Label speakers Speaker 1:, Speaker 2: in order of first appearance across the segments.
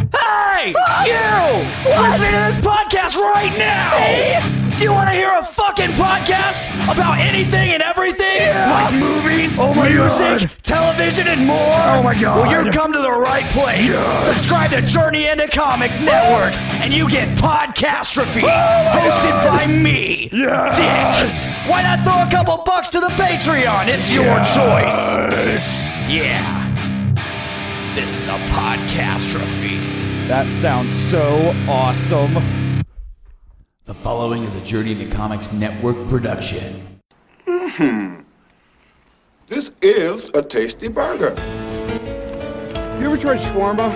Speaker 1: Hey, you listening to this podcast right now? Do you want to hear a fucking podcast about anything and everything, like movies,
Speaker 2: Oh my
Speaker 1: music,
Speaker 2: God.
Speaker 1: television, and more?
Speaker 2: Oh my God.
Speaker 1: Well, you've come to the right place.
Speaker 2: Yes.
Speaker 1: Subscribe to Journey into Comics Network, and you get Podcastrophe,
Speaker 2: Oh
Speaker 1: hosted by me,
Speaker 2: Yes.
Speaker 1: Dick. Why not throw a couple bucks to the Patreon? It's your choice. Yeah. This is a podcastrophe.
Speaker 2: That sounds so awesome.
Speaker 3: The following is a Journey into Comics Network production.
Speaker 4: This is a tasty burger.
Speaker 5: You ever tried shawarma?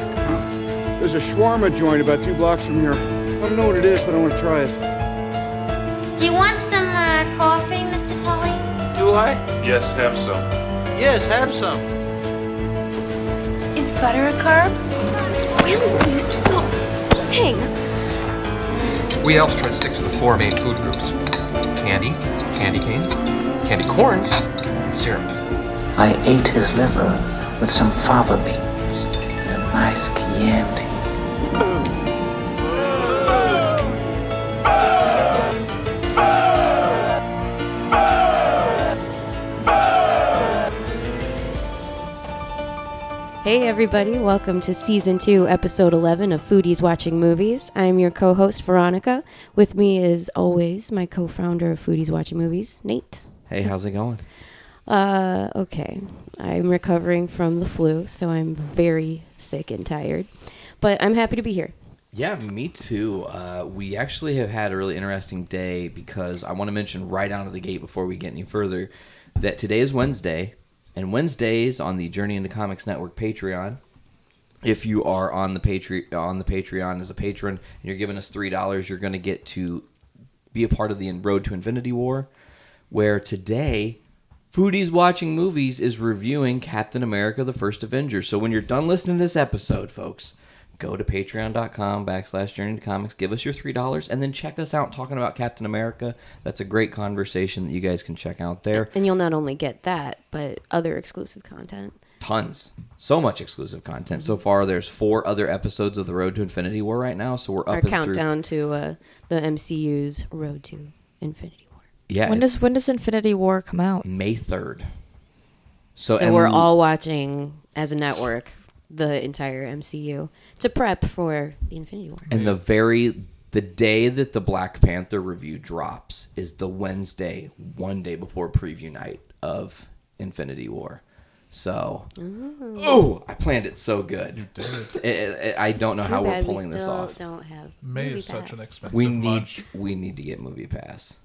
Speaker 5: There's a shawarma joint about two blocks from here. I don't know what it is, but I want to try it.
Speaker 6: Do you want some uh, coffee, Mr. Tully?
Speaker 7: Yes, have some.
Speaker 8: Yes, have some.
Speaker 9: Is butter a carb?
Speaker 10: Will you stop eating?
Speaker 11: We elves try to stick to the four main food groups candy, candy canes, candy corns, and syrup.
Speaker 10: I ate his liver with some fava beans and a nice chianti.
Speaker 9: Hey, everybody, welcome to season two, episode 11 of Foodies Watching Movies. I'm your co host, Veronica. With me, as always, my co founder of Foodies Watching Movies, Nate.
Speaker 12: Hey, how's it going?
Speaker 9: Uh, okay. I'm recovering from the flu, so I'm very sick and tired. But I'm happy to be here.
Speaker 12: Yeah, me too. Uh, we actually have had a really interesting day because I want to mention right out of the gate before we get any further that today is Wednesday, and Wednesdays on the Journey into Comics Network Patreon. If you are on the Patre- on the Patreon as a patron and you're giving us three dollars, you're going to get to be a part of the Road to Infinity War, where today Foodies Watching Movies is reviewing Captain America the First Avenger. So when you're done listening to this episode, folks, go to patreon.com backslash journey to comics, give us your $3, and then check us out talking about Captain America. That's a great conversation that you guys can check out there.
Speaker 9: And you'll not only get that, but other exclusive content.
Speaker 12: Tons. So much exclusive content. So far, there's four other episodes of The Road to Infinity War right now. So we're up
Speaker 9: Our
Speaker 12: and
Speaker 9: countdown to uh, the MCU's Road to Infinity War.
Speaker 12: through. Yeah.
Speaker 1: When
Speaker 12: it's
Speaker 1: does when does Infinity War come out?
Speaker 12: May 3rd.
Speaker 9: So,
Speaker 12: and-
Speaker 9: we're all watching as a network the entire MCU to prep for the Infinity War.
Speaker 12: And the very the day that the Black Panther review drops is the Wednesday, one day before preview night of Infinity War. So, oh, I planned it so good. I- I, I don't know
Speaker 9: Too
Speaker 12: how we're
Speaker 9: bad
Speaker 12: pulling
Speaker 9: we
Speaker 12: this
Speaker 9: still
Speaker 12: off.
Speaker 9: Don't have
Speaker 7: May
Speaker 9: movie
Speaker 7: is such an
Speaker 9: pass.
Speaker 7: expensive
Speaker 12: We need
Speaker 7: month.
Speaker 12: we need to get Movie Pass.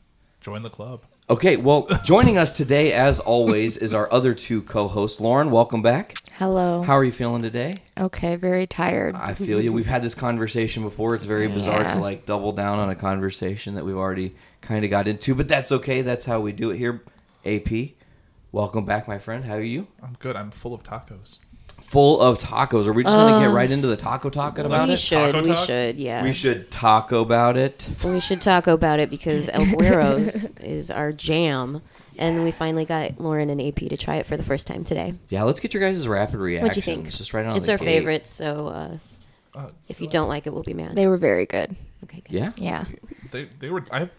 Speaker 7: Join the club.
Speaker 12: Okay, well, joining us today, as always, is our other two co-hosts. Lauren, welcome back.
Speaker 1: Hello.
Speaker 12: How are you feeling today?
Speaker 1: okay, very tired.
Speaker 12: I feel you. We've had this conversation before. It's very bizarre to
Speaker 1: Yeah.
Speaker 12: like double down on a conversation that we've already kind of got into, but that's okay. That's how we do it here. AP, welcome back, my friend. How are you?
Speaker 7: I'm good. I'm full of tacos.
Speaker 12: Full of tacos. Are we just gonna get right into the taco talking about
Speaker 9: we
Speaker 12: it?
Speaker 9: should,
Speaker 7: Taco
Speaker 9: we
Speaker 7: talk?
Speaker 9: should, yeah.
Speaker 12: We should taco about it.
Speaker 9: We should talk about it because El Guero's is our jam, and we finally got Lauren and AP to try it for the first time today.
Speaker 12: Yeah, let's get your guys' rapid reactions.
Speaker 9: What'd you think?
Speaker 12: Just right on.
Speaker 9: It's
Speaker 12: the
Speaker 9: our
Speaker 12: gate.
Speaker 9: favorite, so uh, if you don't like it, we'll be mad.
Speaker 10: They were very good.
Speaker 9: okay, good.
Speaker 12: Yeah.
Speaker 10: Yeah.
Speaker 7: They they were. I, I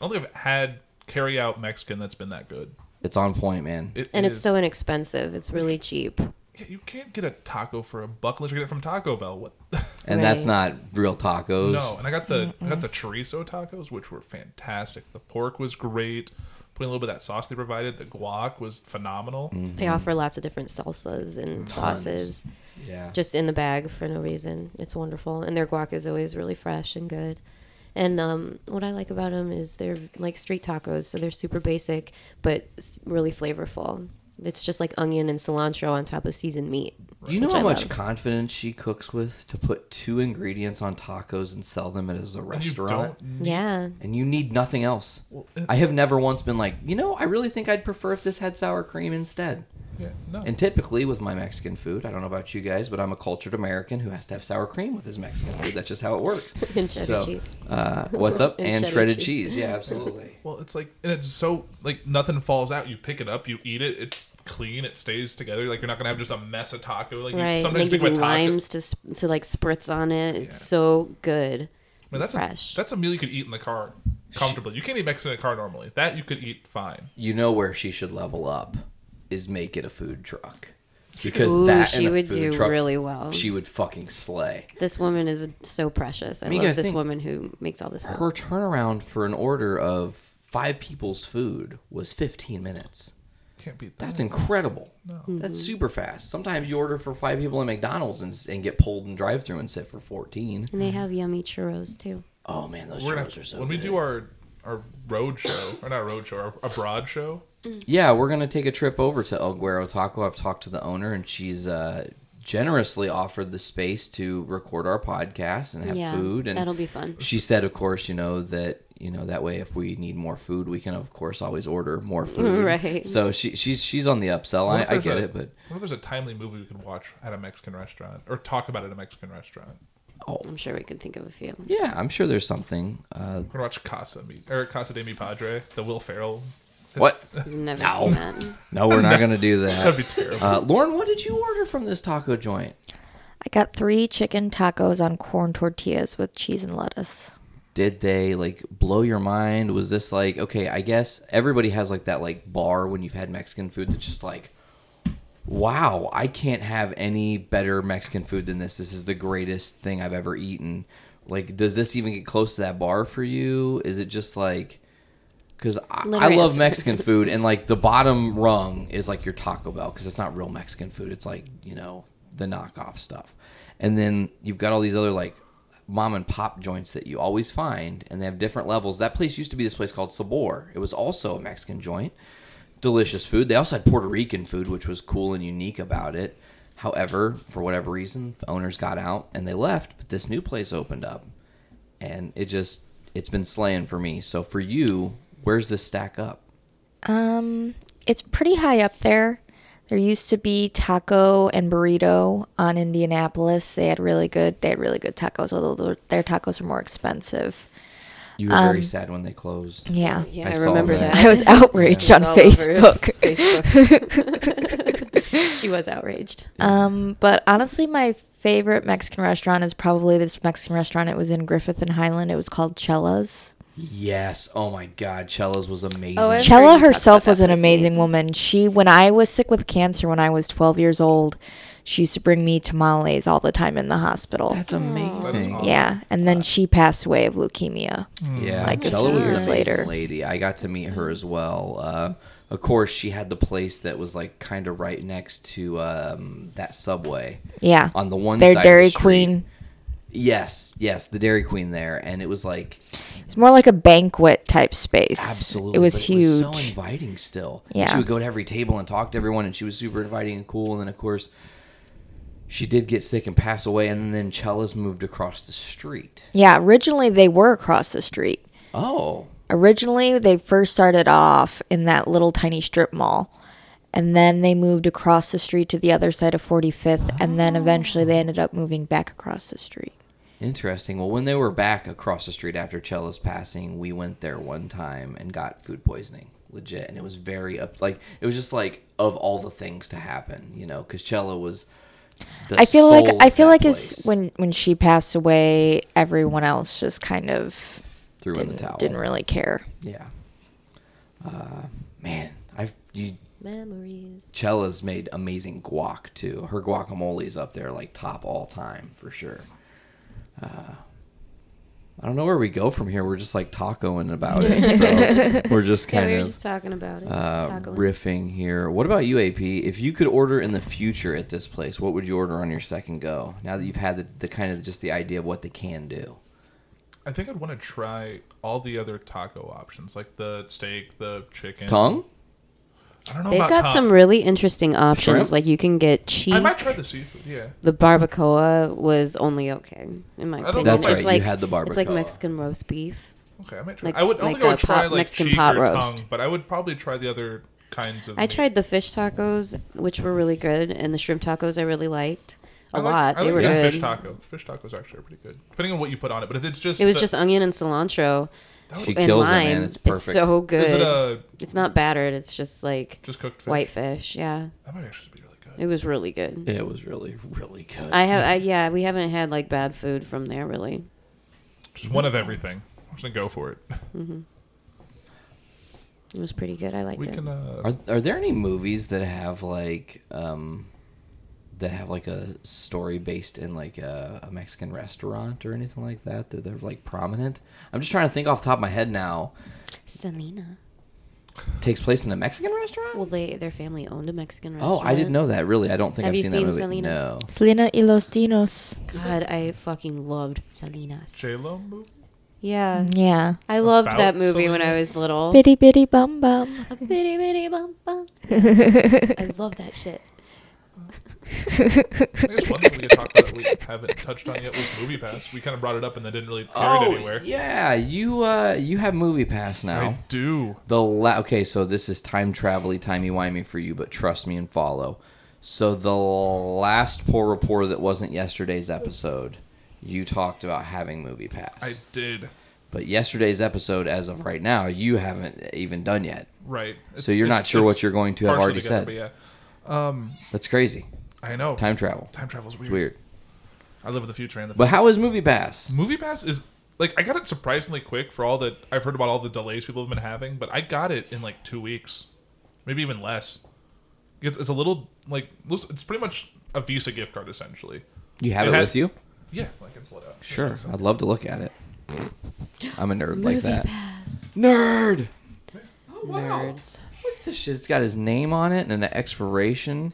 Speaker 7: don't think I've had carry out Mexican that's been that good.
Speaker 12: It's on point, man.
Speaker 7: It
Speaker 9: And it's
Speaker 7: is-
Speaker 9: so inexpensive. It's really cheap.
Speaker 7: Yeah, you can't get a taco for a buck unless you get it from Taco Bell. What?
Speaker 12: and
Speaker 9: Right.
Speaker 12: that's not real tacos.
Speaker 7: no. And I got the I got the chorizo tacos, which were fantastic. The pork was great. Putting a little bit of that sauce they provided, the guac was
Speaker 12: Mm.
Speaker 7: phenomenal.
Speaker 9: They
Speaker 12: Mm-hmm.
Speaker 9: offer lots of different salsas and sauces
Speaker 12: Yeah.
Speaker 9: just in the bag for no reason. It's wonderful. And their guac is always really fresh and good. And um, what I like about them is they're like street tacos, so they're super basic but s- really flavorful. It's just like onion and cilantro on top of seasoned meat.
Speaker 12: You know
Speaker 9: which
Speaker 12: how
Speaker 9: I
Speaker 12: much
Speaker 9: love.
Speaker 12: confidence she cooks with to put two ingredients on tacos and sell them as a
Speaker 7: And you
Speaker 12: restaurant,
Speaker 7: don't.
Speaker 9: Yeah.
Speaker 12: and you need nothing else. I
Speaker 7: it's-
Speaker 12: have never once been like, you know, I really think I'd prefer if this had sour cream instead.
Speaker 7: Yeah, no.
Speaker 12: And typically with my Mexican food, I don't know about you guys, but I'm a cultured American who has to have sour cream with his Mexican food. That's just how it works.
Speaker 9: And cheddar
Speaker 12: So,
Speaker 9: cheese.
Speaker 12: Uh, what's up?
Speaker 9: And
Speaker 12: and
Speaker 9: cheddar
Speaker 12: shredded
Speaker 9: cheese.
Speaker 12: cheese. Yeah, absolutely.
Speaker 7: Well, it's like, and it's so like nothing falls out. You pick it up, you eat it. It clean. It stays together. Like you're not gonna have just a mess of taco.
Speaker 9: right.
Speaker 7: Like you
Speaker 9: and they
Speaker 7: sometimes
Speaker 9: give
Speaker 7: think
Speaker 9: you
Speaker 7: with
Speaker 9: limes to sp- to like spritz on it. It's so good.
Speaker 7: taco, man, that's
Speaker 9: fresh.
Speaker 7: A, that's a meal you could eat in the car comfortably. You can't eat Mexican in the car normally. That you could eat fine.
Speaker 12: You know where she should level up is make it a food truck. Because
Speaker 9: Ooh,
Speaker 12: that and
Speaker 9: she
Speaker 12: a
Speaker 9: would
Speaker 12: food
Speaker 9: do
Speaker 12: truck,
Speaker 9: really well.
Speaker 12: She would fucking slay.
Speaker 9: This woman is so precious. I,
Speaker 12: I mean, you
Speaker 9: love
Speaker 12: gotta
Speaker 9: this
Speaker 12: think-
Speaker 9: woman who makes all this. food.
Speaker 12: Her turnaround for an order of five people's food was 15 minutes.
Speaker 7: Can't beat that.
Speaker 12: That's incredible.
Speaker 7: No.
Speaker 12: That's
Speaker 9: Mm-hmm.
Speaker 12: super fast. Sometimes you order for five people at McDonald's and, s- and get pulled in drive through and sit for 14.
Speaker 9: And they have yummy churros too.
Speaker 12: Oh man, those
Speaker 7: We're gonna-
Speaker 12: churros are so
Speaker 7: when we
Speaker 12: good.
Speaker 7: do our our road show or not road show, our abroad show.
Speaker 12: Yeah, we're gonna take a trip over to El Guero Taco. I've talked to the owner, and she's uh, generously offered the space to record our podcast and have
Speaker 9: Yeah,
Speaker 12: food. And
Speaker 9: that'll be fun.
Speaker 12: She said, of course, you know that you know that way. If we need more food, we can of course always order more food.
Speaker 9: Right.
Speaker 12: So she she's she's on the upsell.
Speaker 7: What
Speaker 12: I,
Speaker 7: if
Speaker 12: I
Speaker 7: there's
Speaker 12: get
Speaker 7: a-
Speaker 12: it, but
Speaker 7: what if there's a timely movie we could watch at a Mexican restaurant or talk about at a Mexican restaurant?
Speaker 9: I'm sure we can think of a few.
Speaker 12: yeah, I'm sure there's something. Uh,
Speaker 7: We're gonna watch Casa Mi, or Casa de Mi Padre, the Will Ferrell.
Speaker 12: What?
Speaker 9: Never
Speaker 12: No.
Speaker 9: seen that.
Speaker 12: no, we're not gonna do that.
Speaker 7: That'd be terrible.
Speaker 12: Uh, Lauren, what did you order from this taco joint?
Speaker 8: I got three chicken tacos on corn tortillas with cheese and lettuce.
Speaker 12: did they like blow your mind was this like okay i guess everybody has like that like bar when you've had mexican food that's just like wow i can't have any better mexican food than this this is the greatest thing i've ever eaten like does this even get close to that bar for you is it just like because I, I
Speaker 9: Literate.
Speaker 12: love mexican food and like the bottom rung is like your taco bell because it's not real mexican food it's like you know the knockoff stuff and then you've got all these other like mom and pop joints that you always find and they have different levels that place used to be this place called sabor it was also a mexican joint delicious food they also had puerto rican food which was cool and unique about it however for whatever reason the owners got out and they left but this new place opened up and it just it's been slaying for me so for you where's this stack up
Speaker 8: Um, it's pretty high up there. There used to be taco and burrito on Indianapolis. They had really good. They had really good tacos, although their- their tacos are more expensive.
Speaker 12: you were very
Speaker 8: Um,
Speaker 12: sad when they closed
Speaker 8: Yeah.
Speaker 9: Yeah, I
Speaker 12: saw
Speaker 9: remember that.
Speaker 8: I was outraged
Speaker 9: It
Speaker 8: on
Speaker 9: was all over
Speaker 8: Facebook.
Speaker 9: Facebook. she was outraged.
Speaker 8: Um, but honestly, my favorite Mexican restaurant is probably this Mexican restaurant. It was in Griffith and Highland. It was called Chella's.
Speaker 12: yes oh my god Chella's was amazing
Speaker 9: Oh, I've heard you
Speaker 8: Chella
Speaker 9: talk
Speaker 8: herself
Speaker 9: about
Speaker 8: was
Speaker 9: that
Speaker 8: an amazing woman. She, when I was sick with cancer when I was 12 years old, she used to bring me tamales all the time in the hospital.
Speaker 12: that's amazing
Speaker 8: yeah, and then she passed away of leukemia.
Speaker 12: Yeah,
Speaker 8: like a
Speaker 12: Chella
Speaker 8: few
Speaker 12: was an
Speaker 8: years
Speaker 12: amazing
Speaker 8: later.
Speaker 12: lady. I got to meet her as well. Uh, of course, she had the place that was like kind of right next to um, that subway.
Speaker 8: Yeah,
Speaker 12: on the one
Speaker 8: their
Speaker 12: side of the
Speaker 8: Dairy
Speaker 12: street.
Speaker 8: Queen.
Speaker 12: Yes, yes, the Dairy Queen there, and it was like
Speaker 8: It's more like a banquet type space.
Speaker 12: absolutely.
Speaker 8: it was
Speaker 12: but
Speaker 8: huge.
Speaker 12: so inviting still.
Speaker 8: Yeah.
Speaker 12: she would go to every table and talk to everyone, and she was super inviting and cool. And then of course, she did get sick and pass away, and then Chella's moved across the street.
Speaker 8: yeah, originally they were across the street.
Speaker 12: Oh,
Speaker 8: Originally, they first started off in that little tiny strip mall. And then they moved across the street to the other side of 45th. And then eventually
Speaker 12: Ah.
Speaker 8: they ended up moving back across the street.
Speaker 12: Interesting. Well, when they were back across the street after Cella's passing, we went there one time and got food poisoning, legit, and it was very up. Like it was just like of all the things to happen, you know, because Cella was. The
Speaker 8: I feel like
Speaker 12: soul
Speaker 8: I
Speaker 12: of
Speaker 8: feel
Speaker 12: that
Speaker 8: like
Speaker 12: place.
Speaker 8: it's when when she passed away, everyone else just kind of
Speaker 12: Threw in the
Speaker 8: didn't,
Speaker 12: towel.
Speaker 8: didn't really care.
Speaker 12: yeah. Uh, man, I've you
Speaker 9: Memories.
Speaker 12: Cella's made amazing guac too. Her guacamole is up there like top all time for sure. Uh, I don't know where we go from here. We're just like tacoing about it. So we're just
Speaker 9: Yeah,
Speaker 12: kind
Speaker 9: we were
Speaker 12: of
Speaker 9: just talking about it.
Speaker 12: uh,
Speaker 9: Taco.
Speaker 12: riffing here. What about you, AP? If you could order in the future at this place, what would you order on your second go? Now that you've had the, the kind of just the idea of what they can do.
Speaker 7: I think I'd want to try all the other taco options, like the steak, the chicken,
Speaker 12: Tongue?
Speaker 7: I don't know
Speaker 9: They've
Speaker 7: about
Speaker 9: got
Speaker 7: tongue.
Speaker 9: some really interesting options.
Speaker 12: Shrimp?
Speaker 9: Like you can get cheap.
Speaker 7: I might try the seafood. Yeah,
Speaker 9: The barbacoa was only okay, in my
Speaker 7: I don't
Speaker 9: opinion.
Speaker 7: know if That's I-
Speaker 9: It's
Speaker 7: right,
Speaker 9: like,
Speaker 12: you had the
Speaker 9: It's like
Speaker 12: barbacoa.
Speaker 9: Mexican roast beef.
Speaker 7: okay, I might try.
Speaker 9: Like-
Speaker 7: I would. I don't
Speaker 9: like
Speaker 7: think I
Speaker 9: a
Speaker 7: would try
Speaker 9: pot-
Speaker 7: like
Speaker 9: Mexican
Speaker 7: cheek
Speaker 9: pot
Speaker 7: or
Speaker 9: roast.
Speaker 7: tongue, but I would probably try the other kinds of.
Speaker 9: I
Speaker 7: meat.
Speaker 9: tried the fish tacos, which were really good, and the shrimp tacos I really liked a
Speaker 7: I like-
Speaker 9: lot.
Speaker 7: I
Speaker 9: they
Speaker 7: like
Speaker 9: were
Speaker 7: the
Speaker 9: good.
Speaker 7: Fish taco. Fish tacos actually are pretty good, depending on what you put on it. But if it's just
Speaker 9: It was
Speaker 7: the-
Speaker 9: just onion and cilantro,
Speaker 12: She
Speaker 9: and
Speaker 12: kills it,
Speaker 9: lime.
Speaker 12: man. It's perfect.
Speaker 9: so good.
Speaker 7: Is it a-
Speaker 9: it's not battered. It's just like
Speaker 7: Just cooked fish?
Speaker 9: white fish. Yeah.
Speaker 7: That might actually be really good.
Speaker 9: It was really good.
Speaker 12: It was really, really good.
Speaker 9: I have. I, yeah, we haven't had like bad food from there really.
Speaker 7: Just one of everything. We're just gonna go for it.
Speaker 9: hmm It was pretty good. I liked
Speaker 7: We
Speaker 9: it.
Speaker 7: can, uh,
Speaker 12: Are, are there any movies that have like um that have like a story based in like a, a Mexican restaurant or anything like that that they're like prominent? I'm just trying to think off the top of my head now.
Speaker 9: Selena.
Speaker 12: Takes place in a Mexican restaurant?
Speaker 9: Well, they their family owned a Mexican
Speaker 12: Oh,
Speaker 9: restaurant.
Speaker 12: I didn't know that. Really, I don't think
Speaker 9: Have
Speaker 12: I've
Speaker 9: you
Speaker 12: seen,
Speaker 9: seen
Speaker 12: that movie.
Speaker 9: Selena?
Speaker 12: No.
Speaker 8: Selena y los Dinos.
Speaker 9: God, I fucking loved Salinas.
Speaker 7: J Lo movie.
Speaker 9: Yeah.
Speaker 8: Yeah.
Speaker 9: I loved
Speaker 7: About
Speaker 9: that movie when I
Speaker 7: Salinas?
Speaker 9: was little.
Speaker 8: Bitty bitty bum bum.
Speaker 9: A bitty bitty bum bum. I love that shit.
Speaker 7: I guess one thing we could talk about that we haven't touched on yet was Movie Pass. We kind of brought it up and then didn't really carry
Speaker 9: Oh,
Speaker 7: it anywhere.
Speaker 12: Oh, yeah, you uh, you have Movie Pass now.
Speaker 7: I do.
Speaker 12: The la- okay, so this is time travel-y, timey wimey for you, but trust me and follow. So the last poor report that wasn't yesterday's episode, you talked about having Movie Pass,
Speaker 7: I did.
Speaker 12: but yesterday's episode, as of right now, you haven't even done yet.
Speaker 7: Right.
Speaker 12: so you're not sure
Speaker 7: it's
Speaker 12: what you're going to have
Speaker 7: partially
Speaker 12: already
Speaker 7: together,
Speaker 12: said.
Speaker 7: But yeah. Um,
Speaker 12: That's crazy.
Speaker 7: I know.
Speaker 12: Time travel.
Speaker 7: Time travel's
Speaker 12: It's
Speaker 7: weird.
Speaker 12: weird.
Speaker 7: I live in the future and the
Speaker 12: But
Speaker 7: past.
Speaker 12: how is Movie Pass?
Speaker 7: Movie Pass is like I got it surprisingly quick for all that I've heard about all the delays people have been having, but I got it in like two weeks, maybe even less. It's, it's a little like looks- it's pretty much a Visa gift card essentially.
Speaker 12: You have it,
Speaker 7: had-
Speaker 12: with you?
Speaker 7: Yeah, I can pull it out.
Speaker 12: Sure. I'd love to look at it. I'm a nerd like
Speaker 9: Movie
Speaker 12: that.
Speaker 9: Pass.
Speaker 12: Nerd.
Speaker 9: Nerds.
Speaker 12: Look at this shit. It's got his name on it and an expiration,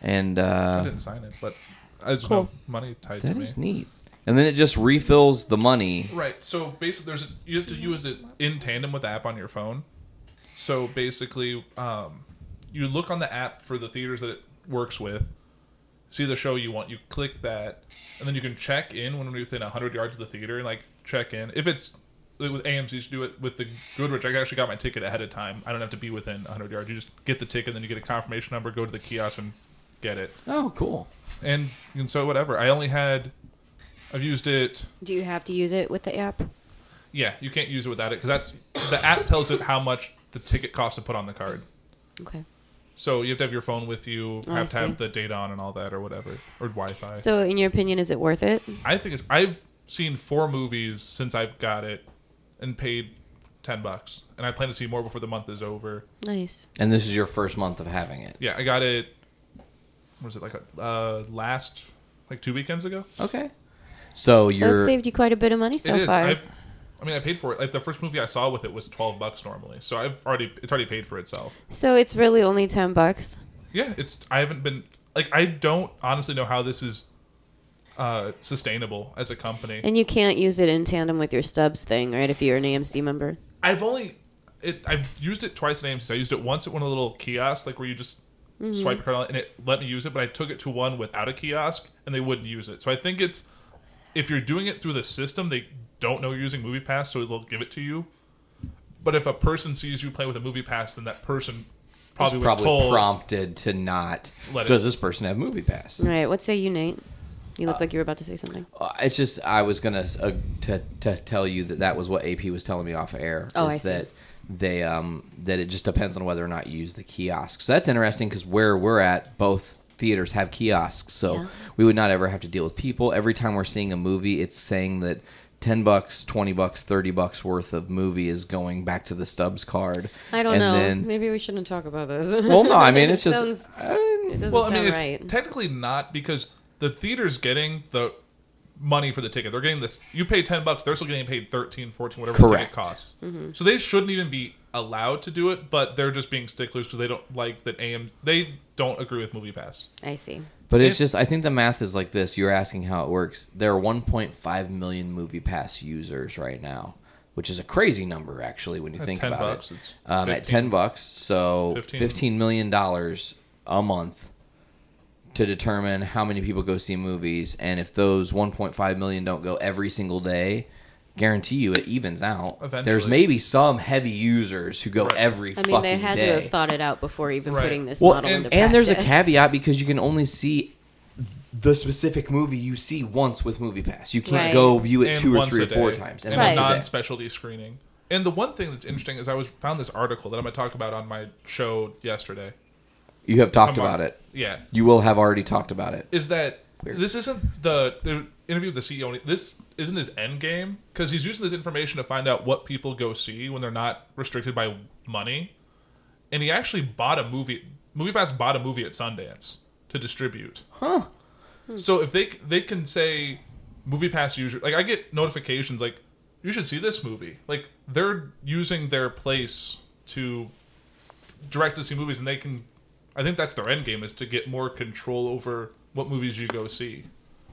Speaker 12: and uh,
Speaker 7: I didn't sign it, but there's no
Speaker 12: Cool.
Speaker 7: money tied
Speaker 12: that
Speaker 7: to
Speaker 12: is
Speaker 7: me.
Speaker 12: neat. And then it just refills the money.
Speaker 7: Right. So basically, there's you have to use it in tandem with the app on your phone. So basically, um, you look on the app for the theaters that it works with, see the show you want, you click that, and then you can check in when we're within 100 yards of the theater and like check in. If it's like with AMC's, do it with the Goodrich. I actually got my ticket ahead of time. I don't have to be within 100 yards. You just get the ticket, then you get a confirmation number, go to the kiosk, and get it.
Speaker 12: Oh, cool.
Speaker 7: And you can so whatever. I only had, I've used it.
Speaker 9: Do you have to use it with the app?
Speaker 7: Yeah, you can't use it without it because that's the app tells it how much the ticket costs to put on the card.
Speaker 9: Okay.
Speaker 7: So you have to have your phone with you,
Speaker 9: Oh, I
Speaker 7: have to
Speaker 9: see.
Speaker 7: have the data on and all that or whatever or Wi-Fi.
Speaker 9: So, in your opinion, is it worth it?
Speaker 7: I think it's, I've seen four movies since I've got it and paid ten bucks, and I plan to see more before the month is over.
Speaker 9: Nice.
Speaker 12: And this is your first month of having it.
Speaker 7: Yeah, I got it. What was it like a, uh, last like two weekends ago?
Speaker 12: Okay. So,
Speaker 9: So it
Speaker 12: you're
Speaker 9: saved you quite a bit of money so
Speaker 7: it is.
Speaker 9: far.
Speaker 7: I've, I mean, I paid for it. Like the first movie I saw with it was twelve bucks normally, so I've already it's already paid for itself.
Speaker 9: So it's really only ten bucks.
Speaker 7: Yeah, it's I haven't been like I don't honestly know how this is uh sustainable as a company.
Speaker 9: And you can't use it in tandem with your stubs thing, right? If you're an AMC member.
Speaker 7: I've only it I've used it twice at AMC. I used it once at one of the little kiosks, like where you just
Speaker 9: Mhm.
Speaker 7: swipe your card on and it let me use it, but I took it to one without a kiosk and they wouldn't use it. So I think it's if you're doing it through the system, they don't know you're using Movie Pass, so they'll give it to you. But if a person sees you playing with a Movie Pass, then that person probably
Speaker 12: probably,
Speaker 7: was told
Speaker 12: prompted to not.
Speaker 7: Let it-
Speaker 12: Does this person have Movie Pass?
Speaker 9: All right. What say you, Nate? You looked like you were about to say something.
Speaker 12: Uh, It's just I was gonna uh, to to tell you that that was what AP was telling me off air.
Speaker 9: Oh,
Speaker 12: is
Speaker 9: I see.
Speaker 12: That they um that it just depends on whether or not you use the kiosk. So that's interesting because where we're at, both theaters have kiosks, so
Speaker 9: Yeah.
Speaker 12: we would not ever have to deal with people. Every time we're seeing a movie, it's saying that. 10 bucks, 20 bucks, 30 bucks worth of movie is going back to the stubs card.
Speaker 9: I don't
Speaker 12: And
Speaker 9: know.
Speaker 12: then-
Speaker 9: Maybe we shouldn't talk about this.
Speaker 12: Well, no, I mean, it's just-
Speaker 9: sounds- it doesn't
Speaker 7: well, I
Speaker 9: sound
Speaker 7: mean, it's
Speaker 9: right.
Speaker 7: technically not because the theater's getting the money for the ticket. They're getting this. You pay ten bucks, they're still getting paid 13, 14, whatever the
Speaker 12: Correct.
Speaker 7: ticket costs.
Speaker 9: Mhm.
Speaker 7: So they shouldn't even be allowed to do it, but they're just being sticklers because they don't like that AM. They don't agree with Movie Pass.
Speaker 9: I see.
Speaker 12: But it's
Speaker 7: If-
Speaker 12: just I think the math is like this. You're asking how it works. There are 1.5 million Movie Pass users right now, which is a crazy number actually when you
Speaker 7: At
Speaker 12: think
Speaker 7: 10
Speaker 12: about
Speaker 7: bucks,
Speaker 12: it.
Speaker 7: it's
Speaker 12: um, at
Speaker 7: 15.
Speaker 12: 10 bucks, so
Speaker 7: 15.
Speaker 12: 15 million dollars a month to determine how many people go see movies, and if those 1.5 million don't go every single day. Guarantee you it evens out. There's
Speaker 7: Eventually.
Speaker 12: maybe some heavy users who go every.
Speaker 9: I mean, they
Speaker 12: fucking
Speaker 9: had
Speaker 12: day
Speaker 9: to have thought it out before even putting this model into
Speaker 12: and there's a
Speaker 9: practice.
Speaker 12: caveat because you can only see the specific movie you see once with movie pass you can't
Speaker 9: Right.
Speaker 12: go view it
Speaker 7: And
Speaker 12: two or
Speaker 7: once
Speaker 12: three
Speaker 7: a
Speaker 12: or four
Speaker 7: day.
Speaker 12: times
Speaker 7: and
Speaker 12: once
Speaker 7: a
Speaker 12: a day.
Speaker 7: non-specialty screening. And the one thing that's interesting is I was found this article that I'm going to talk about on my show yesterday.
Speaker 12: You have talked
Speaker 7: Tomorrow.
Speaker 12: about it.
Speaker 7: Yeah.
Speaker 12: You will have already talked about it.
Speaker 7: Is that this isn't the, the interview with the CEO? This isn't his end game because he's using this information to find out what people go see when they're not restricted by money. And he actually bought a movie. MoviePass bought a movie at Sundance to distribute.
Speaker 12: Huh.
Speaker 7: So if they they can say MoviePass user like I get notifications like you should see this movie. Like they're using their place to direct to see movies and they can I think that's their end game is to get more control over what movies you go see.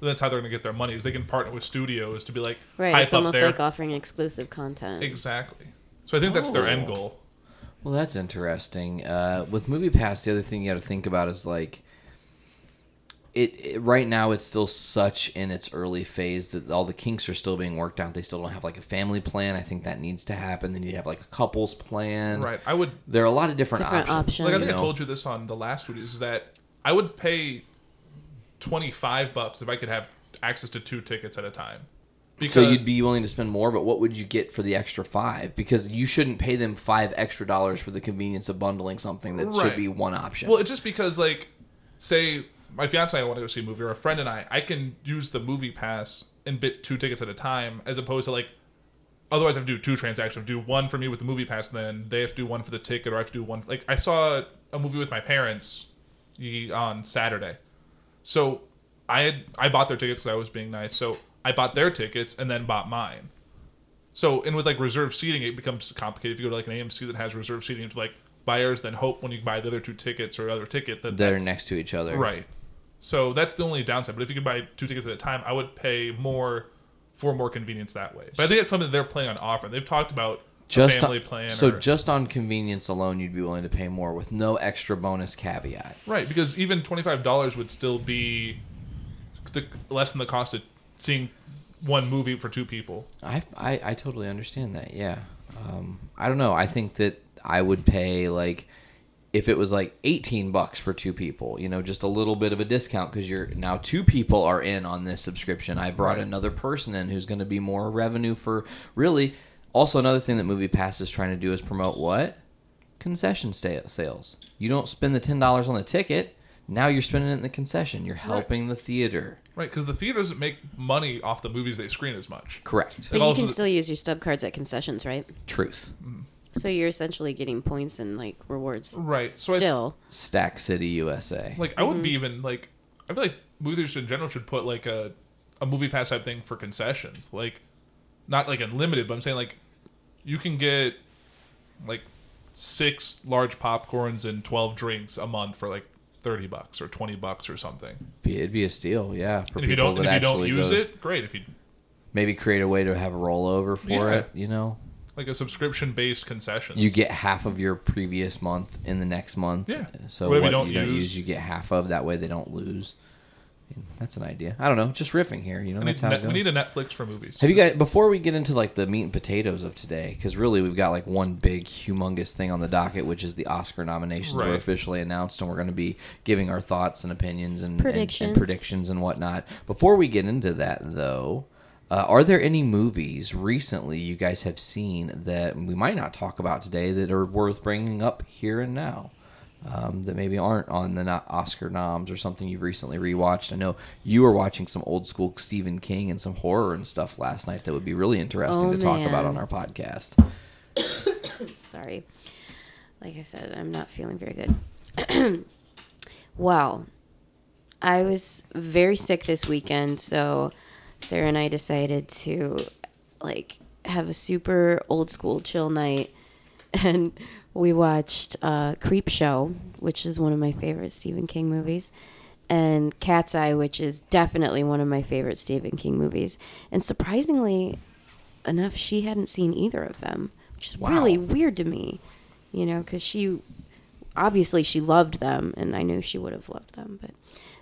Speaker 7: And that's how they're going to get their money. Is they can partner with studios to be like
Speaker 9: Right.
Speaker 7: hype
Speaker 9: it's
Speaker 7: up
Speaker 9: almost
Speaker 7: their-
Speaker 9: like offering exclusive content.
Speaker 7: Exactly. So I think that's their end goal.
Speaker 12: Well, that's interesting. Uh, with MoviePass, the other thing you got to think about is like it, it right now. It's still such in its early phase that all the kinks are still being worked out. They still don't have like a family plan. I think that needs to happen. They need to have like a couples plan.
Speaker 7: Right. I would.
Speaker 12: There are a lot of different, options.
Speaker 7: Like I
Speaker 12: you
Speaker 7: think I
Speaker 12: know?
Speaker 7: told you this on the last food is that I would pay twenty five bucks if I could have access to two tickets at a time.
Speaker 12: so you'd be willing to spend more, but what would you get for the extra five? Because you shouldn't pay them five extra dollars for the convenience of bundling something that should
Speaker 7: Right.
Speaker 12: be one option.
Speaker 7: Well, it's just because like, say my fiance and I want to go see a movie, or a friend and I, I can use the movie pass and bit two tickets at a time, as opposed to like, otherwise I have to do two transactions, do one for me with the movie pass, then they have to do one for the ticket, or I have to do one. Like I saw a movie with my parents ye- on Saturday, so I had I bought their tickets because I was being nice, so I bought their tickets and then bought mine. So, and with like reserved seating, it becomes complicated. If you go to like an AMC that has reserved seating, it's like buyers then hope when you buy the other two tickets or other ticket that
Speaker 12: They're
Speaker 7: that's-
Speaker 12: next to each other.
Speaker 7: Right. So that's the only downside. But if you could buy two tickets at a time, I would pay more for more convenience that way. But I think it's something they're planning on offering. They've talked about
Speaker 12: just
Speaker 7: a family
Speaker 12: on,
Speaker 7: plan.
Speaker 12: So
Speaker 7: or,
Speaker 12: just on convenience alone, you'd be willing to pay more with no extra bonus caveat.
Speaker 7: right, because even twenty five dollars would still be the, less than the cost of seeing one movie for two people.
Speaker 12: I I, I totally understand that. Yeah. Um, I don't know. I think that I would pay like if it was like 18 bucks for two people, you know, just a little bit of a discount cuz you're now two people are in on this subscription. I brought
Speaker 7: Right.
Speaker 12: another person in who's going to be more revenue for really also another thing that movie pass is trying to do is promote what? concession sta- sales. You don't spend the ten dollars on the ticket. Now you're spending it in the concession. You're helping the theater.
Speaker 7: Right, because the theater doesn't make money off the movies they screen as much.
Speaker 12: Correct.
Speaker 9: But you can still use your stub cards at concessions, right?
Speaker 12: Truth.
Speaker 9: So you're essentially getting points and like rewards.
Speaker 7: Right. So I-
Speaker 9: still,
Speaker 12: Stack City, USA.
Speaker 7: Like I would be even like I feel like movies in general should put like a a movie pass type thing for concessions. Like not like unlimited, but I'm saying like you can get like six large popcorns and twelve drinks a month for like thirty bucks or twenty bucks or something.
Speaker 12: Be- It'd be a steal, yeah. For
Speaker 7: and if you
Speaker 12: people
Speaker 7: don't and
Speaker 12: that
Speaker 7: if you don't
Speaker 12: actually
Speaker 7: use
Speaker 12: go-
Speaker 7: it, great. If you
Speaker 12: maybe create a way to have a rollover for
Speaker 7: Yeah.
Speaker 12: it. You know,
Speaker 7: like a subscription based concessions.
Speaker 12: you get half of your previous month in the next month.
Speaker 7: Yeah.
Speaker 12: So
Speaker 7: Whatever
Speaker 12: what
Speaker 7: you don't use.
Speaker 12: you get half of. That way they don't lose. That's an idea. I don't know. Just riffing here. You know,
Speaker 7: I need
Speaker 12: that's how
Speaker 7: Net-
Speaker 12: it goes.
Speaker 7: we need a Netflix for movies.
Speaker 12: Have you guys before we get into like the meat and potatoes of today? Because really, we've got like one big, humongous thing on the docket, which is the Oscar nominations were
Speaker 7: Right.
Speaker 12: officially announced, and we're going to be giving our thoughts and opinions and and- and,
Speaker 9: Predictions.
Speaker 12: predictions and whatnot. Before we get into that, though, uh, are there any movies recently you guys have seen that we might not talk about today that are worth bringing up here and now? Um, that maybe aren't on the no- Oscar noms or something you've recently rewatched. I know you were watching some old school Stephen King and some horror and stuff last night that would be really interesting
Speaker 9: Oh,
Speaker 12: to talk about on
Speaker 9: man.
Speaker 12: our podcast.
Speaker 9: sorry. Like I said, I'm not feeling very good. well, I was very sick this weekend, so Sarah and I decided to like have a super old school chill night, and we watched uh, Creep Show, which is one of my favorite Stephen King movies, and Cat's Eye, which is definitely one of my favorite Stephen King movies. And surprisingly enough, she hadn't seen either of them, which is
Speaker 13: Wow.
Speaker 9: really weird to me, you know, because she obviously she loved them, and I knew she would have loved them, but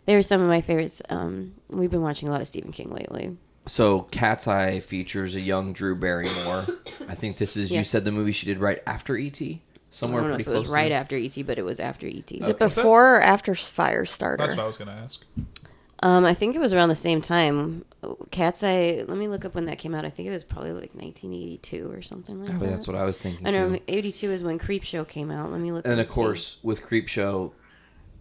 Speaker 9: they were some of my favorites. Um, we've been watching a lot of Stephen King lately.
Speaker 12: So Cat's Eye features a young Drew Barrymore. I think this is
Speaker 9: Yeah.
Speaker 12: you said the movie she did right after E.T. Somewhere
Speaker 9: I don't know
Speaker 12: pretty
Speaker 9: if it
Speaker 12: close.
Speaker 9: was
Speaker 12: to
Speaker 9: right
Speaker 12: that.
Speaker 9: after ET, but it was after E ET.
Speaker 8: Is it before or after Firestarter?
Speaker 7: That's what I was gonna ask.
Speaker 9: Um, I think it was around the same time. Cat's Eye. Let me look up when that came out. I think it was probably like 1982 or something like
Speaker 12: Probably
Speaker 9: that.
Speaker 12: Oh, that's what I was thinking,
Speaker 9: I know
Speaker 12: too.
Speaker 9: 82 is when Creep Show came out. Let me look.
Speaker 12: And
Speaker 9: and
Speaker 12: of
Speaker 9: see.
Speaker 12: course, with Creepshow,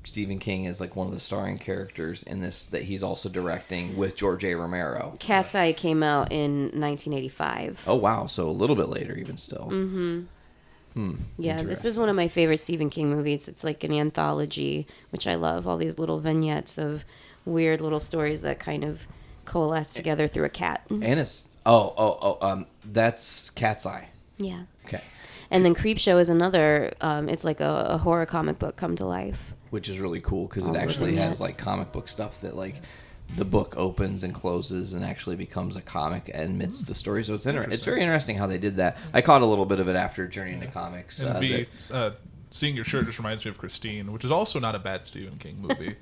Speaker 12: Stephen King is like one of the starring characters in this that he's also directing with George A. Romero.
Speaker 9: Cat's Eye came out in 1985.
Speaker 12: Oh wow, so a little bit later, even still.
Speaker 9: Mm-hmm.
Speaker 12: Hmm.
Speaker 9: Yeah, this is one of my favorite Stephen King movies. It's like an anthology, which I love. All these little vignettes of weird little stories that kind of coalesce together through a cat.
Speaker 12: And it's oh oh oh um that's Cat's Eye.
Speaker 9: Yeah.
Speaker 12: Okay.
Speaker 9: And then Creep Show is another. Um, it's like a, a horror comic book come to life.
Speaker 12: Which is really cool because
Speaker 9: All
Speaker 12: it
Speaker 9: the
Speaker 12: actually
Speaker 9: vignettes.
Speaker 12: has like comic book stuff that like the book opens and closes and actually becomes a comic amidst the story. So it's inter- it's
Speaker 7: Interesting.
Speaker 12: very interesting how they did that. I caught a little bit of it after Journey into Comics.
Speaker 7: And
Speaker 12: uh,
Speaker 7: V,
Speaker 12: that-
Speaker 7: uh, seeing your shirt just reminds me of Christine, which is also not a bad Stephen King movie.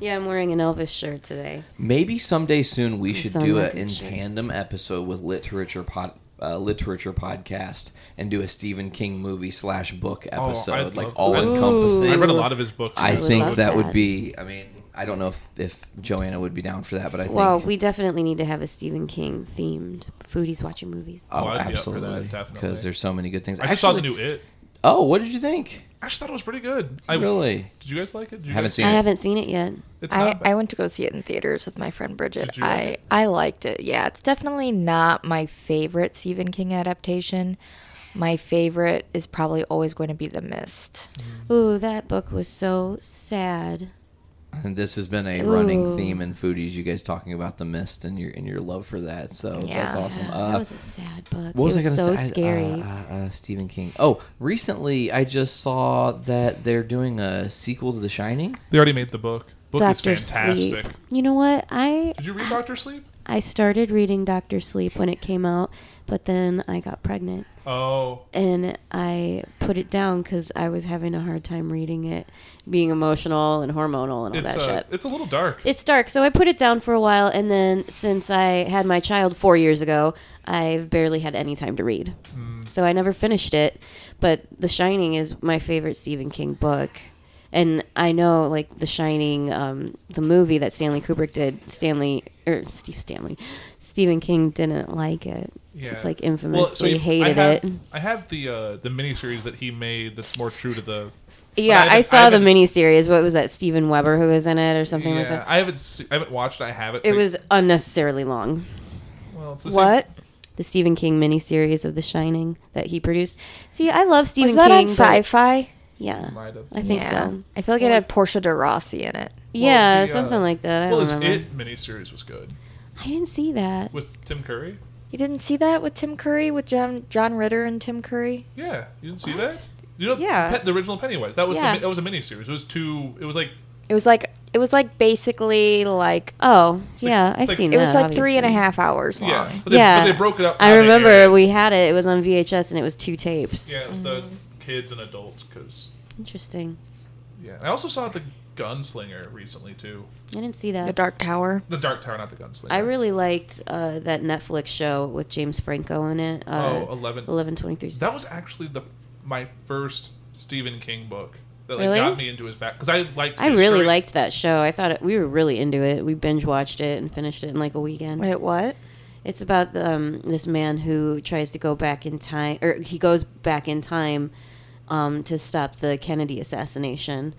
Speaker 9: Yeah, I'm wearing an Elvis shirt today.
Speaker 12: Maybe someday soon we should
Speaker 9: Sound
Speaker 12: do
Speaker 9: like
Speaker 12: an
Speaker 9: a
Speaker 12: in
Speaker 9: jerk.
Speaker 12: tandem episode with literature pod, uh, literature podcast and do a Stephen King movie slash book
Speaker 7: Oh, I'd
Speaker 12: episode, like
Speaker 7: love
Speaker 12: all
Speaker 7: that.
Speaker 12: encompassing.
Speaker 7: I've read a lot of his books.
Speaker 12: I
Speaker 7: I would
Speaker 12: think
Speaker 7: love
Speaker 12: that, would
Speaker 7: that.
Speaker 12: be. I mean, I don't know if, if Joanna would be down for that, but I think.
Speaker 9: Well, we definitely need to have a Stephen King themed foodies watching movies.
Speaker 12: oh,
Speaker 7: I'd be up for that,
Speaker 12: absolutely,
Speaker 7: definitely.
Speaker 12: because there's so many good things.
Speaker 7: I just saw the new It.
Speaker 12: Oh, what did you think?
Speaker 7: I actually thought it was pretty good. I,
Speaker 12: Really?
Speaker 7: Did you guys like it? Did you
Speaker 12: Haven't
Speaker 7: guys-
Speaker 12: seen I it. haven't
Speaker 9: seen it yet.
Speaker 7: It's
Speaker 8: I,
Speaker 7: not bad.
Speaker 8: I went to go see it in theaters with my friend Bridget.
Speaker 7: Did you like
Speaker 8: I
Speaker 7: it?
Speaker 8: I liked it. Yeah, it's definitely not my favorite Stephen King adaptation. My favorite is probably always going to be The Mist.
Speaker 9: Ooh, that book was so sad.
Speaker 12: And this has been a running
Speaker 9: Ooh.
Speaker 12: theme in foodies. You guys talking about the mist and your and your love for that. So that's
Speaker 9: Yeah.
Speaker 12: awesome.
Speaker 9: Yeah,
Speaker 12: uh,
Speaker 9: that was a sad book.
Speaker 12: What was,
Speaker 9: It
Speaker 12: I
Speaker 9: was
Speaker 12: going to
Speaker 9: so
Speaker 12: say? I-
Speaker 9: scary.
Speaker 12: uh, uh, uh, Stephen King. Oh, recently I just saw that they're doing a sequel to The Shining.
Speaker 7: They already made the book. Book
Speaker 9: Doctor
Speaker 7: is fantastic.
Speaker 9: Sleep. You know what? I
Speaker 7: Did you read Doctor Sleep?
Speaker 9: I started reading Doctor Sleep when it came out, but then I got pregnant.
Speaker 7: Oh.
Speaker 9: And I put it down because I was having a hard time reading it, being emotional and hormonal and all
Speaker 7: It's
Speaker 9: that
Speaker 7: uh,
Speaker 9: shit.
Speaker 7: it's a little dark.
Speaker 9: It's dark, so I put it down for a while, and then since I had my child four years ago, I've barely had any time to read.
Speaker 7: Mm.
Speaker 9: So I never finished it. But The Shining is my favorite Stephen King book. And I know, like, The Shining, um, the movie that Stanley Kubrick did, Stanley, or Steve Stanley, Stephen King didn't like it. It's like infamously
Speaker 7: Well, so you- I
Speaker 9: hated
Speaker 7: have,
Speaker 9: it.
Speaker 7: I have the uh, the miniseries that he made that's more true to the. but
Speaker 9: Yeah, I,
Speaker 7: haven't-
Speaker 9: saw the
Speaker 7: haven't-
Speaker 9: miniseries. What was that? Steven Weber, who was in it, or something
Speaker 7: yeah,
Speaker 9: like that?
Speaker 7: I haven't se- I haven't watched. it. I have it.
Speaker 9: It
Speaker 7: Like,
Speaker 9: was unnecessarily long.
Speaker 7: Well, it's the same-
Speaker 9: what? The Stephen King miniseries of The Shining that he produced. See, I love Stephen
Speaker 8: was that
Speaker 9: King.
Speaker 8: on
Speaker 9: but-
Speaker 8: Sci-Fi?
Speaker 9: Yeah, I think so.
Speaker 8: I feel like it had Portia de Rossi in it.
Speaker 9: Yeah,
Speaker 7: the, uh,
Speaker 9: something like that. I
Speaker 7: well,
Speaker 9: don't
Speaker 7: his
Speaker 9: remember.
Speaker 7: It miniseries was good
Speaker 9: I didn't see that.
Speaker 7: with Tim Curry.
Speaker 8: You didn't see that with Tim Curry, with John John Ritter and Tim Curry?
Speaker 7: Yeah, you didn't see that. You know,
Speaker 8: Yeah.
Speaker 7: Pe- the original Pennywise. That was
Speaker 8: Yeah.
Speaker 7: the, mi- that was a miniseries. It was two. It was like
Speaker 8: It was like it was like basically like
Speaker 9: oh
Speaker 7: yeah, it's I've like- seen
Speaker 8: it was
Speaker 9: that,
Speaker 8: like three and a half hours long.
Speaker 7: yeah, but they,
Speaker 9: yeah,
Speaker 7: but they broke it up.
Speaker 9: I
Speaker 7: how they aired
Speaker 9: remember
Speaker 7: it.
Speaker 9: we had it. It was on VHS and it was two tapes.
Speaker 7: Yeah, it was the
Speaker 9: Mm-hmm.
Speaker 7: kids and adults because
Speaker 9: Interesting.
Speaker 7: yeah. I also saw the Gunslinger recently too.
Speaker 9: I didn't see that.
Speaker 8: The Dark Tower.
Speaker 7: The Dark Tower, not the Gunslinger.
Speaker 9: I really liked uh, that Netflix show with James Franco in it. Uh,
Speaker 7: oh, 11.
Speaker 9: 23
Speaker 7: That was actually the my first Stephen King book that like
Speaker 9: Really?
Speaker 7: got me into his back because I liked.
Speaker 9: I
Speaker 7: his
Speaker 9: really
Speaker 7: story.
Speaker 9: liked that show. I thought it, we were really into it. We binge watched it and finished it in like a weekend.
Speaker 8: Wait, what?
Speaker 9: It's about the, um, this man who tries to go back in time, or he goes back in time um, to stop the Kennedy assassination.